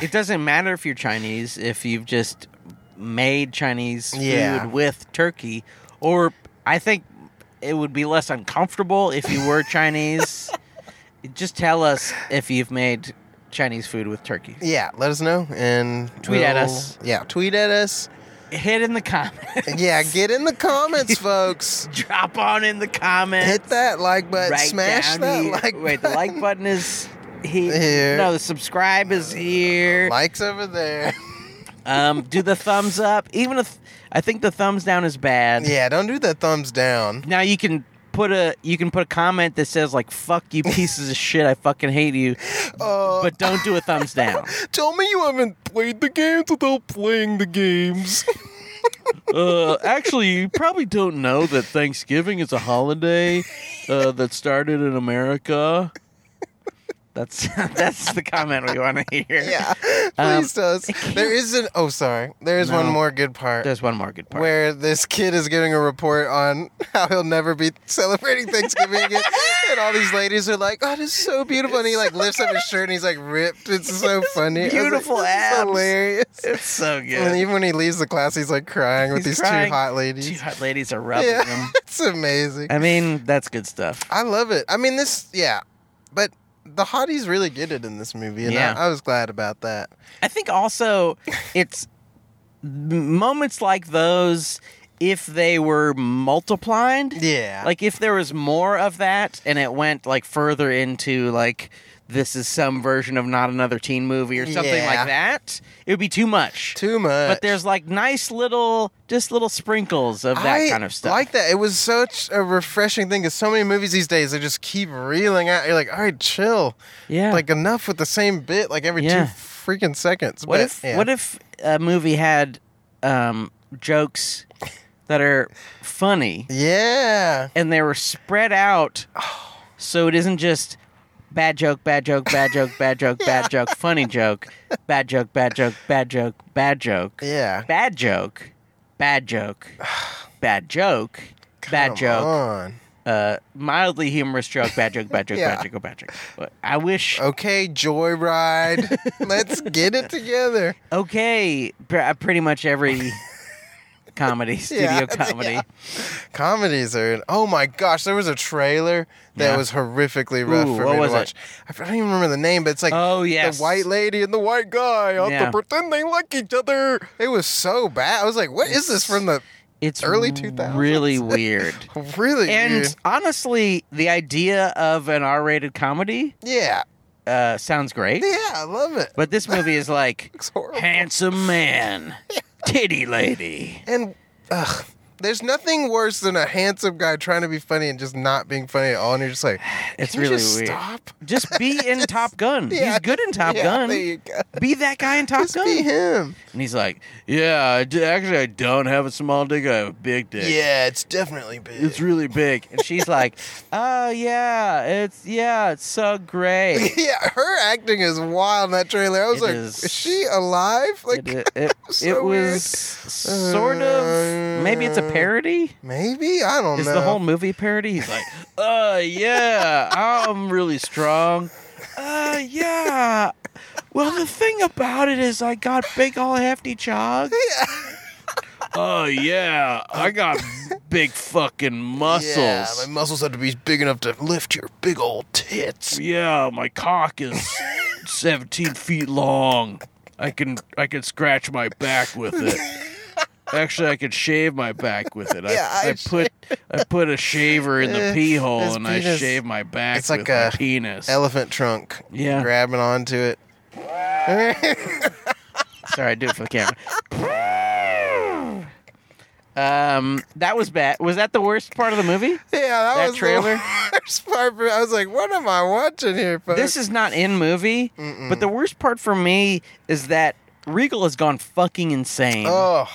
Speaker 1: it doesn't matter if you're Chinese, if you've just made Chinese
Speaker 2: Yeah.
Speaker 1: food with turkey, or I think it would be less uncomfortable if you were Chinese. just tell us if you've made Chinese food with turkey.
Speaker 2: Yeah, let us know and
Speaker 1: Tweet at us.
Speaker 2: Yeah, tweet at us.
Speaker 1: Hit in the comments.
Speaker 2: Yeah, get in the comments, folks.
Speaker 1: Drop on in the comments.
Speaker 2: Hit that like button.
Speaker 1: right
Speaker 2: Smash
Speaker 1: down
Speaker 2: that
Speaker 1: here.
Speaker 2: like.
Speaker 1: Wait, the
Speaker 2: button.
Speaker 1: like button is he-
Speaker 2: Here.
Speaker 1: No, the subscribe is here.
Speaker 2: Likes over there.
Speaker 1: Um, do the thumbs up. Even if I think the thumbs down is bad.
Speaker 2: Yeah, don't do the thumbs down.
Speaker 1: Now you can put a you can put a comment that says like "fuck you pieces of shit, I fucking hate you,"
Speaker 2: Uh,
Speaker 1: but don't do a thumbs down.
Speaker 2: tell me you haven't played the games without playing the games.
Speaker 1: Uh, actually, you probably don't know that Thanksgiving is a holiday uh, that started in America. That's that's the comment we want to hear.
Speaker 2: yeah, please
Speaker 1: Um,
Speaker 2: tell us. There is an. Oh, sorry. There is one
Speaker 1: No.
Speaker 2: more good part.
Speaker 1: There's one more good part.
Speaker 2: where this kid is getting a report on how he'll never be celebrating Thanksgiving again. and all these ladies are like, "Oh, this is so beautiful!" And he like lifts up his shirt and he's like ripped. It's so funny. I was like,
Speaker 1: beautiful
Speaker 2: "This is
Speaker 1: abs."
Speaker 2: hilarious.
Speaker 1: it's so good.
Speaker 2: And even when he leaves the class, he's like crying with
Speaker 1: He's
Speaker 2: these
Speaker 1: crying.
Speaker 2: two hot
Speaker 1: Two
Speaker 2: ladies.
Speaker 1: hot ladies are rubbing
Speaker 2: Yeah,
Speaker 1: him.
Speaker 2: it's amazing.
Speaker 1: I mean, that's good stuff.
Speaker 2: I love it. I mean, this, yeah, but the hotties really get it in this movie, and
Speaker 1: Yeah.
Speaker 2: I, I was glad about that.
Speaker 1: I think also it's m- moments like those if they were multiplied.
Speaker 2: Yeah,
Speaker 1: Like if there was more of that and it went like further into like this is some version of not another teen movie or something
Speaker 2: Yeah.
Speaker 1: like that, it would be too much.
Speaker 2: Too much.
Speaker 1: but there's like nice little, just little sprinkles of that
Speaker 2: I
Speaker 1: kind of stuff.
Speaker 2: Like that. It was such a refreshing thing because so many movies these days they just keep reeling out. You're like, all right, chill.
Speaker 1: yeah.
Speaker 2: Like enough with the same bit like every
Speaker 1: Yeah.
Speaker 2: two freaking seconds.
Speaker 1: What
Speaker 2: but,
Speaker 1: if
Speaker 2: yeah.
Speaker 1: what if a movie had um, jokes that are funny
Speaker 2: Yeah.
Speaker 1: and they were spread out so it isn't just bad joke, bad joke, bad joke, bad joke, bad joke, funny joke, bad joke, bad joke, bad joke, bad joke,
Speaker 2: Yeah.
Speaker 1: bad joke, bad joke, bad joke, bad
Speaker 2: Come
Speaker 1: joke,
Speaker 2: on.
Speaker 1: uh, mildly humorous joke, bad joke, bad joke,
Speaker 2: Yeah. Uh,
Speaker 1: bad joke, bad joke. But I wish
Speaker 2: Okay, Joyride. Let's get it together.
Speaker 1: okay, pr- uh, pretty much every comedy studio
Speaker 2: Yeah,
Speaker 1: comedy.
Speaker 2: yeah. Comedies are. In, oh my gosh, there was a trailer that
Speaker 1: Yeah.
Speaker 2: was horrifically rough
Speaker 1: Ooh,
Speaker 2: for
Speaker 1: what
Speaker 2: me
Speaker 1: was
Speaker 2: to
Speaker 1: it?
Speaker 2: watch. I don't even remember the name, but it's like
Speaker 1: Oh yes,
Speaker 2: the white lady and the white guy have
Speaker 1: Yeah.
Speaker 2: to pretend they like each other. It was so bad. I was like, what is this from the
Speaker 1: It's
Speaker 2: early
Speaker 1: r-
Speaker 2: 2000s.
Speaker 1: Really weird.
Speaker 2: really?
Speaker 1: and
Speaker 2: weird-
Speaker 1: honestly, the idea of an R-rated comedy
Speaker 2: yeah,
Speaker 1: uh, sounds great.
Speaker 2: yeah, I love it.
Speaker 1: But this movie is like
Speaker 2: It's horrible.
Speaker 1: handsome man, titty lady.
Speaker 2: And ugh, there's nothing worse than a handsome guy trying to be funny and just not being funny at all. And you're just like,
Speaker 1: It's
Speaker 2: "Can you
Speaker 1: really
Speaker 2: just
Speaker 1: weird.
Speaker 2: Stop.
Speaker 1: Just be in Top Gun.
Speaker 2: Yeah,
Speaker 1: He's good in Top
Speaker 2: yeah,
Speaker 1: Gun.
Speaker 2: There you go.
Speaker 1: Be that guy in Top
Speaker 2: Just
Speaker 1: Gun.
Speaker 2: be him.
Speaker 1: And he's like, "Yeah, I d- actually, I don't have a small dick. I have a big dick.
Speaker 2: Yeah, it's definitely big.
Speaker 1: It's really big." And she's like, "Oh yeah, it's yeah, it's so great."
Speaker 2: yeah, her acting is wild in that trailer. I was
Speaker 1: It
Speaker 2: like,
Speaker 1: is-
Speaker 2: is. she alive? Like,
Speaker 1: it, it,
Speaker 2: so
Speaker 1: it
Speaker 2: weird. Uh.
Speaker 1: was sort of maybe it's a parody.
Speaker 2: maybe? I don't
Speaker 1: Is
Speaker 2: know.
Speaker 1: the whole movie parody? He's like, uh, yeah, I'm really strong. Uh, yeah. Well, the thing about it is, I got big, all hefty chogs.
Speaker 2: Yeah.
Speaker 1: Oh yeah, I got big fucking muscles.
Speaker 2: Yeah, my muscles have to be big enough to lift your big old tits.
Speaker 1: Yeah, my cock is 17 feet long. I can I can scratch my back with it. Actually, I could shave my back with it. I,
Speaker 2: Yeah, I
Speaker 1: I, put I put a shaver in the
Speaker 2: Uh,
Speaker 1: pee hole
Speaker 2: his
Speaker 1: and I
Speaker 2: penis-
Speaker 1: shave my back
Speaker 2: it's like
Speaker 1: with my
Speaker 2: a
Speaker 1: penis.
Speaker 2: Elephant trunk.
Speaker 1: Yeah.
Speaker 2: Grabbing onto it.
Speaker 1: Sorry, I do it for the camera. um, that was bad. Was that the worst part of the movie?
Speaker 2: Yeah, that,
Speaker 1: That
Speaker 2: was
Speaker 1: trailer?
Speaker 2: The worst part. For, I was like, "What am I watching here?" Folks?
Speaker 1: This is not in movie, but the worst part for me is that Regal has gone fucking insane.
Speaker 2: oh,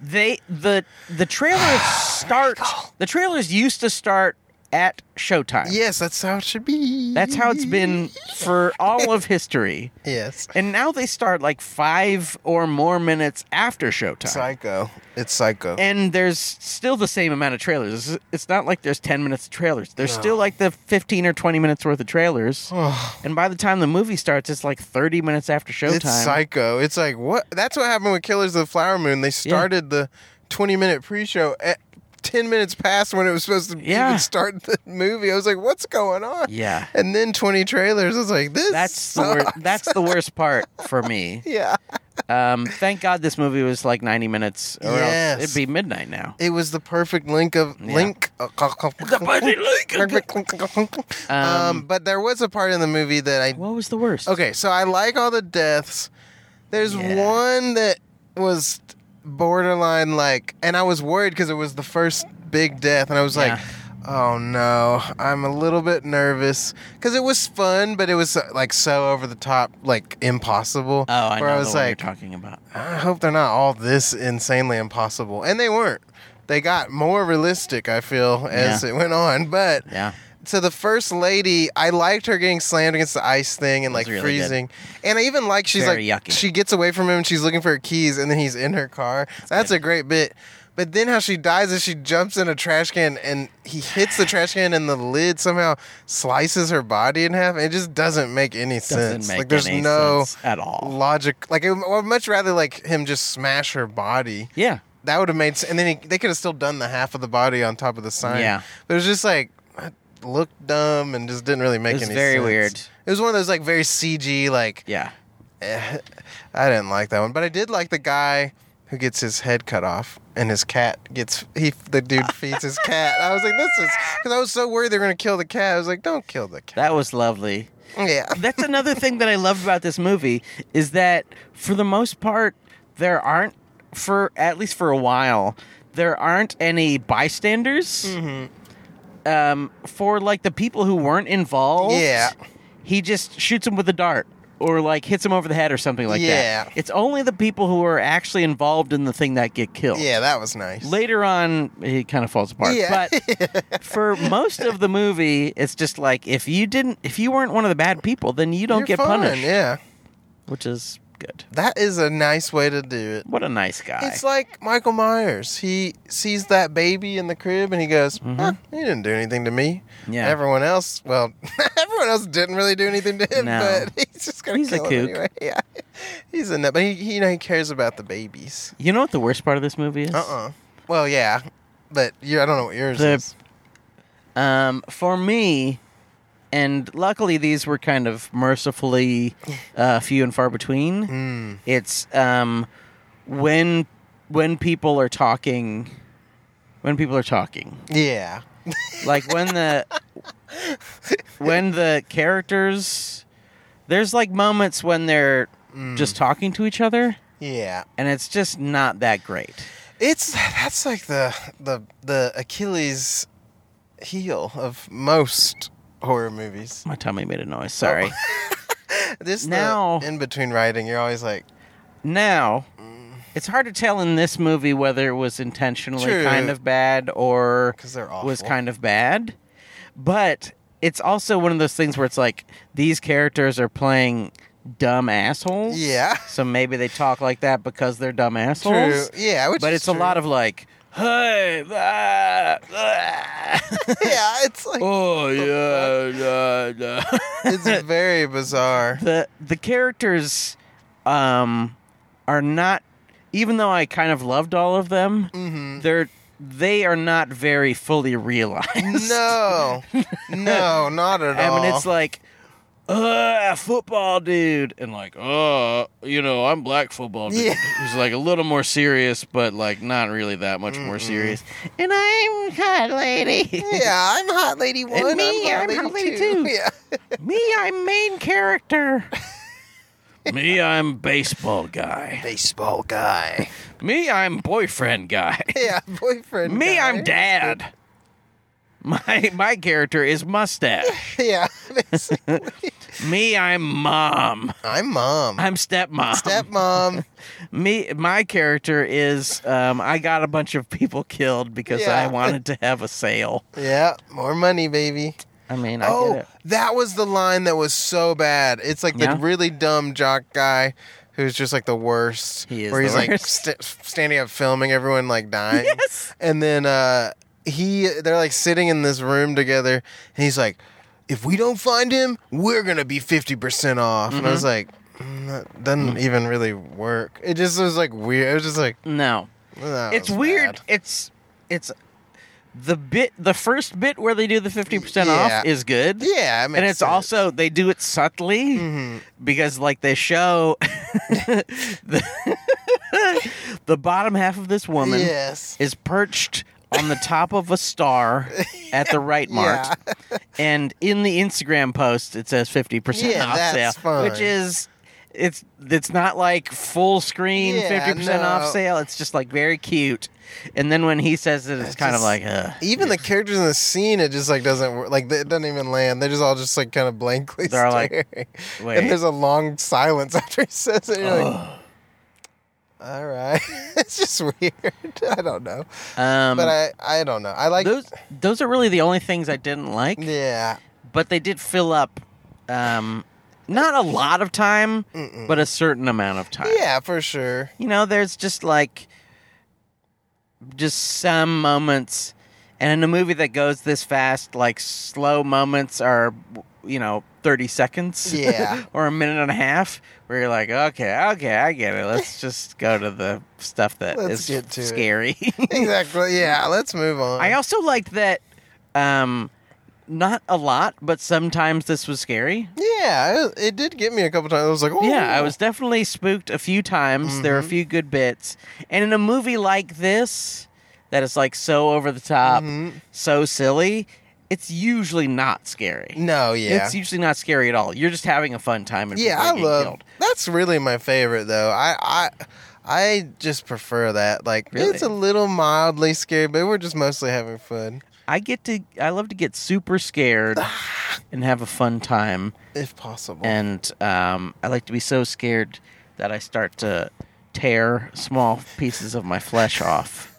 Speaker 1: they the the trailers start the trailers used to start at showtime
Speaker 2: yes, that's how it should be.
Speaker 1: that's how it's been for all of history
Speaker 2: Yes,
Speaker 1: and now they start like five or more minutes after showtime
Speaker 2: psycho. It's psycho.
Speaker 1: and there's still the same amount of trailers It's- it's not like there's 10 minutes of trailers there's
Speaker 2: No.
Speaker 1: still like the 15 or 20 minutes worth of trailers
Speaker 2: Oh,
Speaker 1: and by the time the movie starts it's like 30 minutes after showtime
Speaker 2: it's psycho. It's like what? That's what happened with Killers of the Flower Moon. They started the twenty-minute pre-show at ten minutes past when it was supposed to
Speaker 1: Yeah.
Speaker 2: even start the movie. I was like, "What's going on?"
Speaker 1: yeah
Speaker 2: And then twenty trailers. I was like, "This."
Speaker 1: that's the wor-
Speaker 2: sucks.
Speaker 1: that's the worst part for me
Speaker 2: Yeah.
Speaker 1: Um, thank God this movie was like 90 minutes, or
Speaker 2: Yes.
Speaker 1: else it'd be midnight now.
Speaker 2: It was the perfect link of
Speaker 1: Yeah.
Speaker 2: link.
Speaker 1: Um,
Speaker 2: um, but there was a part in the movie that I
Speaker 1: What was the worst?
Speaker 2: okay. So I like all the deaths. There's
Speaker 1: Yeah.
Speaker 2: one that was borderline like, and I was worried because it was the first big death, and I was like,
Speaker 1: Yeah.
Speaker 2: oh no, I'm a little bit nervous because it was fun, but it was uh, like so over the top, like impossible.
Speaker 1: Oh, I know
Speaker 2: where I
Speaker 1: the
Speaker 2: was
Speaker 1: one
Speaker 2: like,
Speaker 1: you're talking about.
Speaker 2: I hope they're not all this insanely impossible. And they weren't. They got more realistic, I feel, as it went on. But
Speaker 1: Yeah,
Speaker 2: so the first lady, I liked her getting slammed against the ice thing and
Speaker 1: That was
Speaker 2: like
Speaker 1: really good.
Speaker 2: freezing. And I even like she's
Speaker 1: Very
Speaker 2: like
Speaker 1: yucky.
Speaker 2: she gets away from him and she's looking for her keys and then he's in her car. That's a great bit. But then how she dies is she jumps in a trash can and he hits the trash can and the lid somehow slices her body in half. It just doesn't make any
Speaker 1: doesn't
Speaker 2: sense.
Speaker 1: make
Speaker 2: like there's
Speaker 1: any
Speaker 2: no
Speaker 1: sense at all.
Speaker 2: logic. Like I would much rather like him just smash her body.
Speaker 1: Yeah,
Speaker 2: That would have made, s- and then he, they could have still done the half of the body on top of the sign.
Speaker 1: Yeah.
Speaker 2: but it was just like it looked dumb and just didn't really make
Speaker 1: it was
Speaker 2: any.
Speaker 1: very
Speaker 2: sense.
Speaker 1: weird.
Speaker 2: It was one of those like very CG. Like
Speaker 1: Yeah,
Speaker 2: eh, I didn't like that one, but I did like the guy who gets his head cut off and his cat gets he the dude feeds his cat. I was like, this is because I was so worried they were gonna kill the cat. I was like, don't kill the cat.
Speaker 1: that was lovely.
Speaker 2: Yeah.
Speaker 1: That's another thing that I loved about this movie is that for the most part there aren't for at least for a while there aren't any bystanders.
Speaker 2: Mm-hmm.
Speaker 1: Um, for like the people who weren't involved,
Speaker 2: Yeah.
Speaker 1: he just shoots him with a dart or like hits him over the head or something like
Speaker 2: Yeah.
Speaker 1: that. It's only the people who are actually involved in the thing that get killed.
Speaker 2: Yeah, that was nice.
Speaker 1: Later on, he kind of falls apart.
Speaker 2: Yeah.
Speaker 1: But for most of the movie, it's just like if you didn't, if you weren't one of the bad people, then you don't
Speaker 2: You're
Speaker 1: get
Speaker 2: fine,
Speaker 1: punished,
Speaker 2: Yeah.
Speaker 1: which is good.
Speaker 2: That is a nice way to do it.
Speaker 1: What a nice guy.
Speaker 2: It's like Michael Myers. He sees that baby in the crib and he goes, "Huh, "He didn't do anything to me."
Speaker 1: Mm-hmm. Yeah.
Speaker 2: Everyone else, well, everyone else didn't really do anything to him,
Speaker 1: No.
Speaker 2: but he's just gonna
Speaker 1: He's a
Speaker 2: kill him
Speaker 1: kook.
Speaker 2: anyway. Yeah, he's a nut, but he, he you know he cares about the babies.
Speaker 1: you know what the worst part of this movie is?
Speaker 2: Uh uh Well, yeah, but you I don't know what yours
Speaker 1: The-
Speaker 2: is.
Speaker 1: Um, for me, and luckily these were kind of mercifully uh, few and far between.
Speaker 2: Mm.
Speaker 1: It's um, when when people are talking, when people are talking,
Speaker 2: Yeah,
Speaker 1: like when the when the characters, there's like moments when they're
Speaker 2: Mm.
Speaker 1: just talking to each other,
Speaker 2: yeah.
Speaker 1: and it's just not that great.
Speaker 2: It's that's like the the the Achilles heel of most horror movies.
Speaker 1: My tummy made a noise. Sorry.
Speaker 2: Oh. This
Speaker 1: Now-
Speaker 2: now in between writing, you're always like,
Speaker 1: Now, it's hard to tell in this movie whether it was intentionally
Speaker 2: True.
Speaker 1: kind of bad or
Speaker 2: 'Cause they're awful.
Speaker 1: was kind of bad. But it's also one of those things where it's like these characters are playing dumb assholes.
Speaker 2: yeah,
Speaker 1: So maybe they talk like that because they're dumb
Speaker 2: true,
Speaker 1: assholes.
Speaker 2: yeah. Which
Speaker 1: But
Speaker 2: is
Speaker 1: it's a
Speaker 2: true.
Speaker 1: lot of like, hey, ah, ah."
Speaker 2: yeah. It's like
Speaker 1: oh, yeah, yeah, yeah.
Speaker 2: it's very bizarre.
Speaker 1: the the characters um are not even though I kind of loved all of them,
Speaker 2: Mm-hmm.
Speaker 1: they're they are not very fully realized.
Speaker 2: No, no, not at all.
Speaker 1: I mean it's like uh football dude and like uh you know I'm black football dude
Speaker 2: Yeah.
Speaker 1: who's like a little more serious but like not really that much more serious and I'm hot lady
Speaker 2: yeah, I'm hot lady one.
Speaker 1: me, I'm hot lady two.
Speaker 2: Yeah,
Speaker 1: me I'm main character me I'm baseball guy
Speaker 2: baseball guy.
Speaker 1: Me, I'm boyfriend guy.
Speaker 2: Yeah, boyfriend.
Speaker 1: Me,
Speaker 2: guy.
Speaker 1: I'm dad. My my character is mustache.
Speaker 2: Yeah, basically.
Speaker 1: Me, I'm mom.
Speaker 2: I'm mom.
Speaker 1: I'm stepmom.
Speaker 2: Stepmom.
Speaker 1: Me, my character is um, I got a bunch of people killed because I
Speaker 2: Yeah.
Speaker 1: wanted to have a sale.
Speaker 2: Yeah, more money, baby.
Speaker 1: I mean, I
Speaker 2: Oh,
Speaker 1: get it.
Speaker 2: that was the line that was so bad. It's like
Speaker 1: Yeah?
Speaker 2: the really dumb jock guy who's just like the worst.
Speaker 1: He is
Speaker 2: where
Speaker 1: the
Speaker 2: he's like
Speaker 1: worst.
Speaker 2: st- standing up filming everyone like dying.
Speaker 1: Yes.
Speaker 2: And then uh he they're like sitting in this room together and he's like if we don't find him, we're going to be 50% off. And I
Speaker 1: Mm-hmm.
Speaker 2: was like "Mm, that doesn't even really work. It just was like weird. It was just like
Speaker 1: No,
Speaker 2: "That
Speaker 1: it's
Speaker 2: was
Speaker 1: weird.
Speaker 2: bad."
Speaker 1: It's it's the bit the first bit where they do the fifty percent
Speaker 2: Yeah.
Speaker 1: off is good.
Speaker 2: Yeah, it
Speaker 1: and
Speaker 2: makes
Speaker 1: it's
Speaker 2: sense. Mm-hmm.
Speaker 1: also they do it subtly because like they show the, the bottom half of this woman
Speaker 2: Yes.
Speaker 1: is perched on the top of a star at the right mark and in the instagram post it says 50%
Speaker 2: Yeah,
Speaker 1: off
Speaker 2: that's
Speaker 1: sale
Speaker 2: fine.
Speaker 1: which is it's it's not like full screen
Speaker 2: Yeah,
Speaker 1: 50% off
Speaker 2: no.
Speaker 1: sale it's just like very cute and then when he says it it's kind of
Speaker 2: just-
Speaker 1: like
Speaker 2: E-
Speaker 1: uh,
Speaker 2: Even the characters in the scene, it just like doesn't work. Like it doesn't even land. They're just all just like kind of blankly
Speaker 1: They're like,
Speaker 2: staring.
Speaker 1: wait.
Speaker 2: And there's a long silence after he says it. You're like, all right, it's just weird. I don't know,
Speaker 1: um
Speaker 2: but I I don't know. I like
Speaker 1: those those are really the only things i didn't like
Speaker 2: Yeah,
Speaker 1: but they did fill up um not a lot of time but a certain amount of time
Speaker 2: yeah, for sure.
Speaker 1: you know there's just like just some moments and in a movie that goes this fast like slow moments are you know 30 seconds
Speaker 2: Yeah.
Speaker 1: or a minute and a half where you're like okay okay i get it let's just go to the stuff that is
Speaker 2: Let's get to it.
Speaker 1: scary
Speaker 2: Exactly. Yeah, let's move on.
Speaker 1: i also liked that um not a lot but sometimes this was scary
Speaker 2: yeah, it, it did get me a couple times. I was like, oh Mm-hmm.
Speaker 1: Yeah, I was definitely spooked a few times. There were a few good bits. And in a
Speaker 2: Mm-hmm.
Speaker 1: movie like this, that is like so over the top, so silly, it's usually not scary.
Speaker 2: No, yeah.
Speaker 1: It's usually not scary at all. You're just having a fun time and
Speaker 2: yeah,
Speaker 1: people are
Speaker 2: I
Speaker 1: getting
Speaker 2: love
Speaker 1: killed.
Speaker 2: that's really my favorite though. I I I just prefer that. Like
Speaker 1: Really?
Speaker 2: it's a little mildly scary, but we're just mostly having fun
Speaker 1: I get to I love to get super scared and have a fun time.
Speaker 2: if possible.
Speaker 1: And um, I like to be so scared that I start to tear small pieces of my flesh off.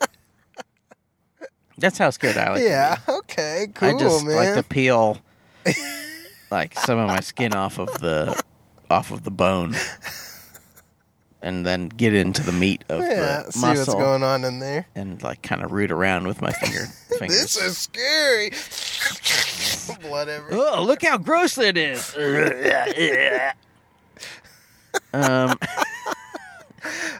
Speaker 1: That's how scared I like. to
Speaker 2: yeah,
Speaker 1: be.
Speaker 2: okay, cool,
Speaker 1: I just
Speaker 2: man.
Speaker 1: like to peel like some of my skin off of the off of the bone, and then get into the meat of
Speaker 2: yeah,
Speaker 1: the
Speaker 2: see
Speaker 1: muscle
Speaker 2: what's going on in there.
Speaker 1: and like kind of root around with my finger fingers.
Speaker 2: This is scary. Blood everywhere.
Speaker 1: Oh, look how gross that is. um,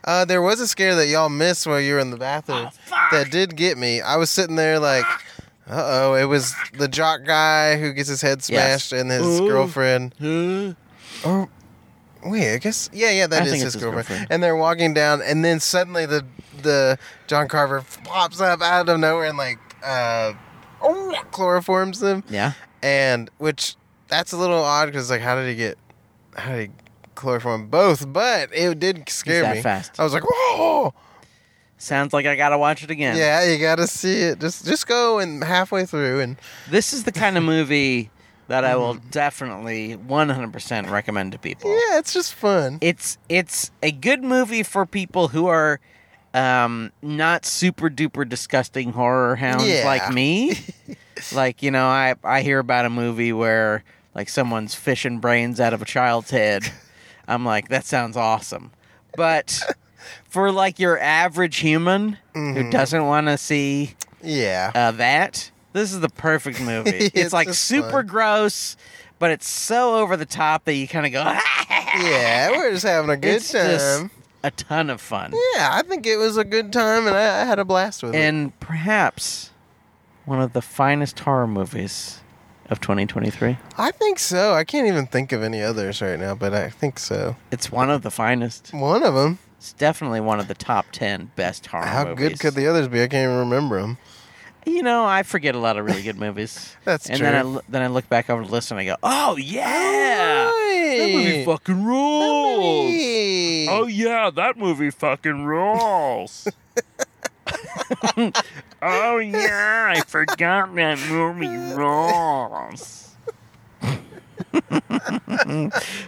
Speaker 2: Uh, there was a scare that y'all missed while you were in the bathroom
Speaker 1: Oh,
Speaker 2: that did get me. I was sitting there like, uh oh, it was the jock guy who gets his head
Speaker 1: Yes.
Speaker 2: smashed and his
Speaker 1: Ooh.
Speaker 2: girlfriend.
Speaker 1: huh?
Speaker 2: Or wait, I guess yeah, yeah, that
Speaker 1: I
Speaker 2: is
Speaker 1: think
Speaker 2: his
Speaker 1: it's his
Speaker 2: girlfriend.
Speaker 1: girlfriend.
Speaker 2: And they're walking down, and then suddenly the the John Carver pops up out of nowhere and like uh, oh, chloroforms them,
Speaker 1: yeah.
Speaker 2: and which that's a little odd because like how did he get how did he chloroform both? But it did scare
Speaker 1: that
Speaker 2: me.
Speaker 1: fast.
Speaker 2: I was like, whoa,
Speaker 1: Sounds like I gotta watch it again.
Speaker 2: yeah, you gotta see it. Just just go and halfway through, and
Speaker 1: This is the kind of movie that I will definitely 100% recommend to people.
Speaker 2: yeah, it's just fun.
Speaker 1: It's it's a good movie for people who are um, not super duper disgusting horror hounds
Speaker 2: Yeah.
Speaker 1: like me. like you know, I I hear about a movie where like someone's fishing brains out of a child's head. I'm like, that sounds awesome, but for like your average human who
Speaker 2: Mhm.
Speaker 1: doesn't want to see
Speaker 2: Yeah,
Speaker 1: uh, that this is the perfect movie. it's,
Speaker 2: It's
Speaker 1: like
Speaker 2: just
Speaker 1: super
Speaker 2: fun.
Speaker 1: gross, but it's so over the top that you kind of go. "Ah,
Speaker 2: yeah, we're just having a good
Speaker 1: it's
Speaker 2: time.
Speaker 1: just a ton of fun.
Speaker 2: Yeah, I think it was a good time, and I, I had a blast with it.
Speaker 1: and perhaps one of the finest horror movies of 2023.
Speaker 2: I think so. I can't even think of any others right now, but I think so.
Speaker 1: It's one of the finest.
Speaker 2: One of them.
Speaker 1: It's definitely one of the top 10 best horror
Speaker 2: How
Speaker 1: movies.
Speaker 2: good could the others be? I can't even remember them.
Speaker 1: You know, I forget a lot of really good movies.
Speaker 2: That's
Speaker 1: and
Speaker 2: true.
Speaker 1: then I l- then I look back over the list and I go, "Oh yeah. Ah, That movie
Speaker 2: Right.
Speaker 1: fucking rules."
Speaker 2: Hey. Oh,
Speaker 1: yeah, that movie fucking rules. oh yeah, I forgot that movie rules.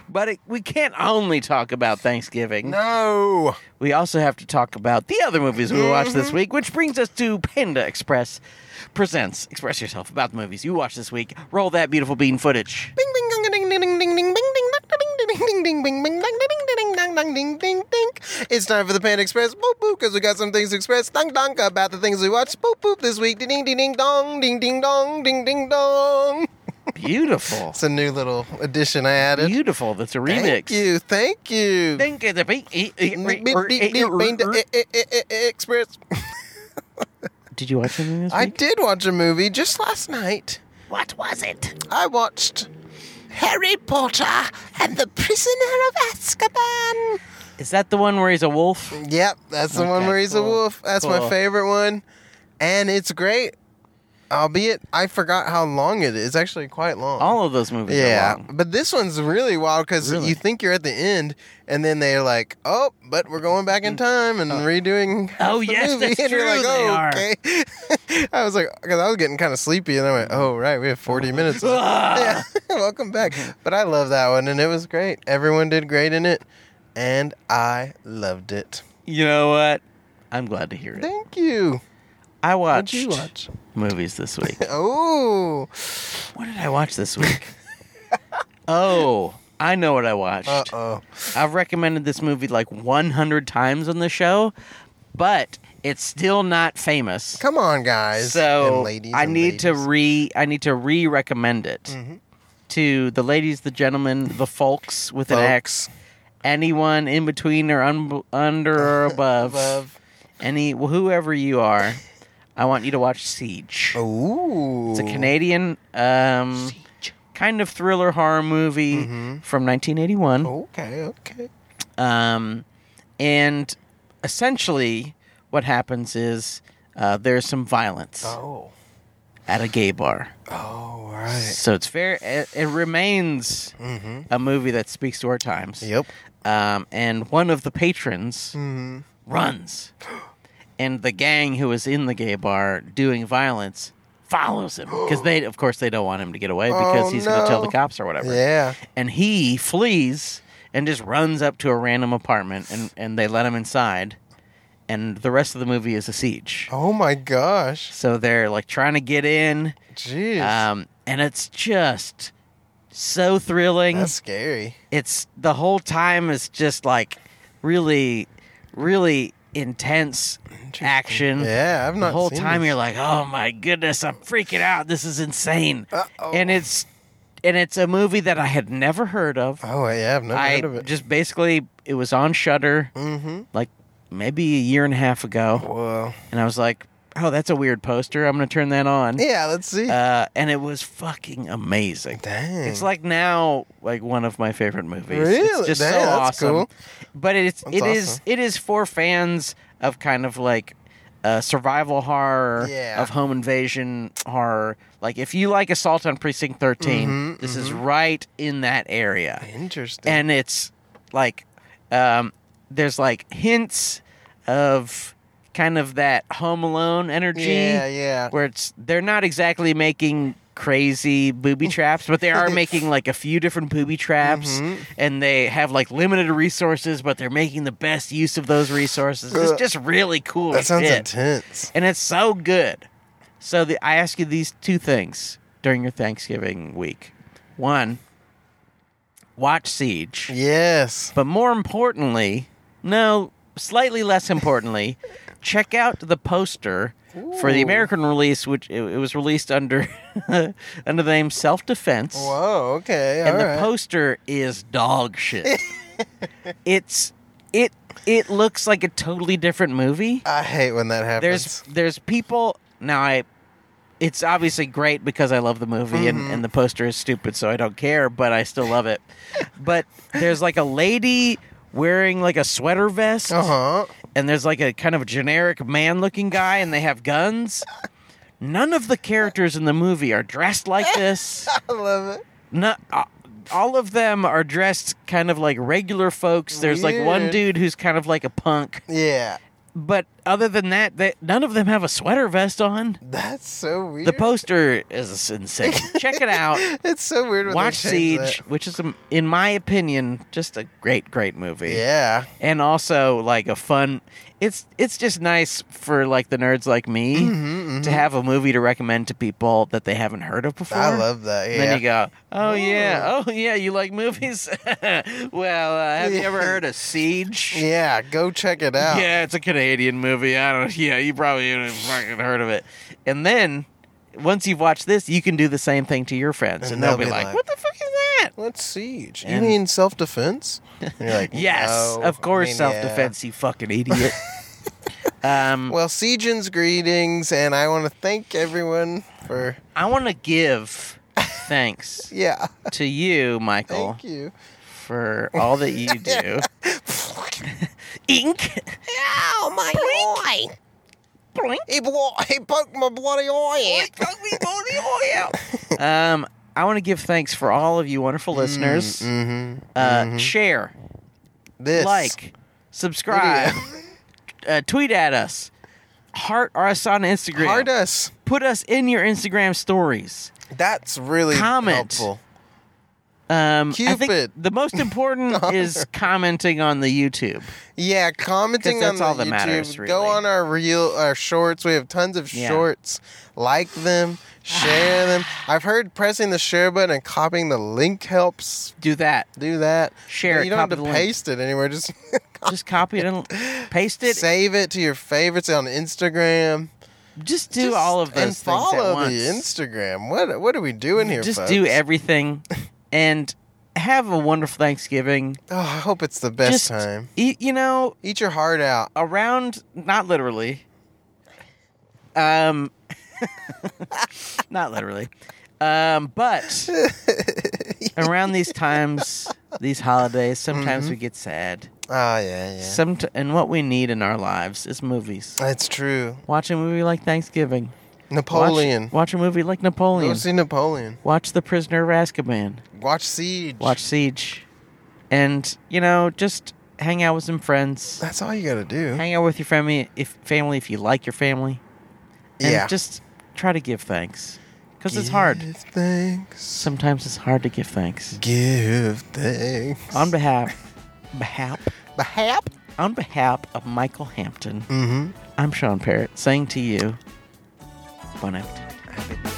Speaker 1: but it, we can't only talk about Thanksgiving.
Speaker 2: No.
Speaker 1: We also have to talk about the other movies we watched
Speaker 2: Mm-hmm.
Speaker 1: this week, which brings us to Panda Express presents Express Yourself about the movies you watched this week. Roll that beautiful bean footage.
Speaker 2: Bing bing gong, ding ding ding ding ding bing ding dong, ding ding ding ding bing bing dong, ding ding ding dong, dong, ding ding ding. It's time for the Panda Express. Boop boop, because we got some things to express. Dong dong about the things we watched. Boop boop this week. Ding ding ding ding dong, ding ding dong, ding ding dong.
Speaker 1: Beautiful.
Speaker 2: It's a new little addition I added.
Speaker 1: Beautiful. That's a remix.
Speaker 2: Thank you. Thank you.
Speaker 1: Think of the beat- eat- eat- eat- eat- eat- eh,
Speaker 2: Express.
Speaker 1: Did you watch anything this
Speaker 2: I
Speaker 1: week?
Speaker 2: did watch a movie just last night.
Speaker 3: What was it?
Speaker 2: I watched
Speaker 3: Harry Potter and the Prisoner of Azkaban.
Speaker 1: Is that the one where he's a wolf?
Speaker 2: Yep, that's the one
Speaker 1: Okay,
Speaker 2: where he's a
Speaker 1: cool,
Speaker 2: wolf. That's my
Speaker 1: cool.
Speaker 2: favorite one. And it's great. Albeit I forgot how long it is. It's actually quite long.
Speaker 1: All of those movies.
Speaker 2: yeah,
Speaker 1: Are long.
Speaker 2: but this one's really wild because
Speaker 1: Really?
Speaker 2: you think you're at the end, and then they're like, "Oh, but we're going back in time and redoing." half
Speaker 1: Mm. Oh,
Speaker 2: the
Speaker 1: yes,
Speaker 2: movie.
Speaker 1: that's
Speaker 2: and you're
Speaker 1: true,
Speaker 2: like,
Speaker 1: they are.
Speaker 2: "Oh, okay." I was like, because I was getting kind of sleepy, and I went, "Oh, right, we have 40 minutes." left."
Speaker 1: Ah!
Speaker 2: yeah, welcome back.
Speaker 1: Mm-hmm.
Speaker 2: But I love that one, and it was great. Everyone did great in it, and I loved it.
Speaker 1: You know what? I'm glad to hear it.
Speaker 2: Thank you.
Speaker 1: I
Speaker 2: What'd
Speaker 1: watched
Speaker 2: you watch?
Speaker 1: movies this week.
Speaker 2: Oh,
Speaker 1: what did I watch this week? oh, I know what I watched.
Speaker 2: uh oh.
Speaker 1: I've recommended this movie like 100 times on the show, but it's still not famous.
Speaker 2: Come on, guys.
Speaker 1: so
Speaker 2: and ladies
Speaker 1: I
Speaker 2: and
Speaker 1: need to
Speaker 2: ladies. Mm-hmm.
Speaker 1: re I need to re recommend it to the ladies, the gentlemen, the folks with an X, anyone in between or un- under or above,
Speaker 2: Above.
Speaker 1: any whoever you are. I want you to watch Siege.
Speaker 2: Ooh.
Speaker 1: It's a Canadian um, kind of thriller horror movie
Speaker 2: Mm-hmm.
Speaker 1: from 1981.
Speaker 2: Okay, okay.
Speaker 1: Um, and essentially, what happens is uh, there's some violence
Speaker 2: Oh.
Speaker 1: at a gay bar.
Speaker 2: Oh, right.
Speaker 1: So it's very, it, it remains
Speaker 2: Mm-hmm.
Speaker 1: a movie that speaks to our times.
Speaker 2: Yep.
Speaker 1: Um, and one of the patrons
Speaker 2: Mm-hmm.
Speaker 1: runs, and the gang who is in the gay bar doing violence follows him because they, of course, they don't want him to get away because
Speaker 2: Oh,
Speaker 1: he's going to tell
Speaker 2: no.
Speaker 1: the cops or whatever.
Speaker 2: Yeah.
Speaker 1: And he flees and just runs up to a random apartment, and and they let him inside. And the rest of the movie is a siege.
Speaker 2: Oh my gosh.
Speaker 1: So they're like trying to get in,
Speaker 2: Jeez.
Speaker 1: um, and it's just so thrilling.
Speaker 2: That's scary.
Speaker 1: it's the whole time is just like really, really intense action.
Speaker 2: Yeah, I've not
Speaker 1: mm, the whole
Speaker 2: seen
Speaker 1: time
Speaker 2: this.
Speaker 1: you're like, oh my goodness, I'm freaking out. This is insane.
Speaker 2: Uh-oh.
Speaker 1: And it's and it's a movie that I had never heard of.
Speaker 2: Oh yeah, I've never
Speaker 1: I
Speaker 2: heard of it.
Speaker 1: just basically it was on Shutter
Speaker 2: Mm-hmm.
Speaker 1: like maybe a year and a half ago,
Speaker 2: Whoa.
Speaker 1: and I was like, oh, that's a weird poster. I'm gonna turn that on.
Speaker 2: Yeah. Let's see.
Speaker 1: Uh, and it was fucking amazing.
Speaker 2: Dang.
Speaker 1: It's like now like one of my favorite movies.
Speaker 2: Really?
Speaker 1: It's just
Speaker 2: Dang,
Speaker 1: so
Speaker 2: that's
Speaker 1: awesome.
Speaker 2: cool.
Speaker 1: But it's
Speaker 2: That's
Speaker 1: it is
Speaker 2: awesome.
Speaker 1: it is for fans of kind of like uh, survival horror
Speaker 2: Yeah.
Speaker 1: of home invasion horror. Like if you like Assault on Precinct 13,
Speaker 2: Mhm,
Speaker 1: this is right in that area.
Speaker 2: interesting.
Speaker 1: And it's like um, there's like hints of kind of that home alone energy
Speaker 2: yeah, yeah.
Speaker 1: where it's they're not exactly making crazy booby traps, but they are making like a few different booby traps,
Speaker 2: Mhm.
Speaker 1: and they have like limited resources, but they're making the best use of those resources. It's
Speaker 2: Ugh.
Speaker 1: just really cool.
Speaker 2: Uh, That sounds
Speaker 1: shit.
Speaker 2: intense.
Speaker 1: and it's so good. So the, I ask you these two things during your Thanksgiving week. One, watch Siege.
Speaker 2: Yes.
Speaker 1: But more importantly, no, slightly less importantly, check out the poster for the
Speaker 2: Ooh.
Speaker 1: American release, which it, it was released under under the name Self Defense.
Speaker 2: Whoa. Okay.
Speaker 1: And the
Speaker 2: alright.
Speaker 1: poster is dog shit. it's it it looks like a totally different movie.
Speaker 2: I hate when that happens.
Speaker 1: There's there's people now I it's obviously great because I love the movie and, and the poster is stupid, so I don't care, but I still love it. but there's like a lady wearing like a sweater vest
Speaker 2: Uh huh.
Speaker 1: and there's like a kind of generic man looking guy and they have guns. None of the characters in the movie are dressed like this.
Speaker 2: I love it.
Speaker 1: No, uh, all of them are dressed kind of like regular folks. There's like one
Speaker 2: Weird.
Speaker 1: dude who's kind of like a punk,
Speaker 2: Yeah.
Speaker 1: but other than that, they, none of them have a sweater vest on.
Speaker 2: That's so weird.
Speaker 1: The poster is insane. Check it out.
Speaker 2: It's so weird when
Speaker 1: Watch
Speaker 2: they change
Speaker 1: Siege, which is, um, in my opinion, just a great, great movie.
Speaker 2: That. Yeah.
Speaker 1: And also like a fun. It's it's just nice for like the nerds like me
Speaker 2: mhm.
Speaker 1: to have a movie to recommend to people that they haven't heard of before.
Speaker 2: I love that. Yeah.
Speaker 1: And Then you go, oh yeah, oh yeah, you like movies? well, uh, have you ever
Speaker 2: Yeah.
Speaker 1: heard of Siege?
Speaker 2: Yeah. Go check it out.
Speaker 1: Yeah, it's a Canadian movie. I don't. Yeah, you probably haven't fucking heard of it. And then once you've watched this, you can do the same thing to your friends, and, they'll, be, like, "What the fuck is that?"
Speaker 2: Let's siege.
Speaker 1: And-
Speaker 2: you mean self defense? You're like,
Speaker 1: Yes,
Speaker 2: "No."
Speaker 1: of course,
Speaker 2: I mean,
Speaker 1: self
Speaker 2: yeah.
Speaker 1: defense. You fucking idiot. um,
Speaker 2: Well, Siegen's greetings, and I want to thank everyone for
Speaker 1: I want to give thanks
Speaker 2: yeah.
Speaker 1: to you, Michael,
Speaker 2: Thank you.
Speaker 1: for all that you do. Ink.
Speaker 3: Oh, my eye.
Speaker 1: Boink.
Speaker 2: He, blo- he poked my bloody eye out.
Speaker 1: um, I want to give thanks for all of you wonderful listeners.
Speaker 2: Mm-hmm.
Speaker 1: Uh, Share,
Speaker 2: This
Speaker 1: like, subscribe, uh, tweet at us, heart us on Instagram,
Speaker 2: hard us.
Speaker 1: put us in your Instagram stories.
Speaker 2: That's really
Speaker 1: Comment.
Speaker 2: helpful.
Speaker 1: Um, I
Speaker 2: Cupid.
Speaker 1: think the most important is commenting on the YouTube.
Speaker 2: Yeah, commenting
Speaker 1: 'Cause that's
Speaker 2: on the
Speaker 1: all that
Speaker 2: YouTube.
Speaker 1: matters,
Speaker 2: Go
Speaker 1: really.
Speaker 2: on our real our shorts. We have tons of
Speaker 1: Yeah.
Speaker 2: shorts. Like them, share them. I've heard pressing the share button and copying the link helps.
Speaker 1: Do that.
Speaker 2: Do that.
Speaker 1: Share it,
Speaker 2: You don't have
Speaker 1: copy the
Speaker 2: to
Speaker 1: link.
Speaker 2: paste it anywhere. Just
Speaker 1: Just copy it and paste it.
Speaker 2: save it to your favorites on Instagram.
Speaker 1: just do
Speaker 2: Just-
Speaker 1: all of those
Speaker 2: and
Speaker 1: things
Speaker 2: follow
Speaker 1: at once.
Speaker 2: the Instagram. What what are we doing here?
Speaker 1: just
Speaker 2: folks?
Speaker 1: do everything, and have a wonderful Thanksgiving.
Speaker 2: Oh, I hope it's the best
Speaker 1: just
Speaker 2: time.
Speaker 1: eat, you know,
Speaker 2: Eat your heart out.
Speaker 1: around not literally um not literally um but around these times these holidays sometimes we get sad
Speaker 2: Oh Mm-hmm. yeah, yeah.
Speaker 1: Some and what we need in our lives is movies
Speaker 2: That's true.
Speaker 1: watch a movie like thanksgiving
Speaker 2: Napoleon.
Speaker 1: Watch, watch a movie like Napoleon.
Speaker 2: Go see Napoleon.
Speaker 1: Watch The Prisoner of Azkaban.
Speaker 2: Watch Siege.
Speaker 1: Watch Siege. And, you know, just hang out with some friends.
Speaker 2: That's all you gotta do.
Speaker 1: hang out with your family if family if you like your family. And
Speaker 2: yeah.
Speaker 1: just try to give thanks. Because it's hard.
Speaker 2: Give Thanks.
Speaker 1: Sometimes it's hard to give thanks.
Speaker 2: Give thanks.
Speaker 1: On behalf behalf
Speaker 2: behalf.
Speaker 1: on behalf of Michael Hampton,
Speaker 2: Mm-hmm.
Speaker 1: I'm Sean Parrott saying to you, Bon appetit.
Speaker 2: Have it.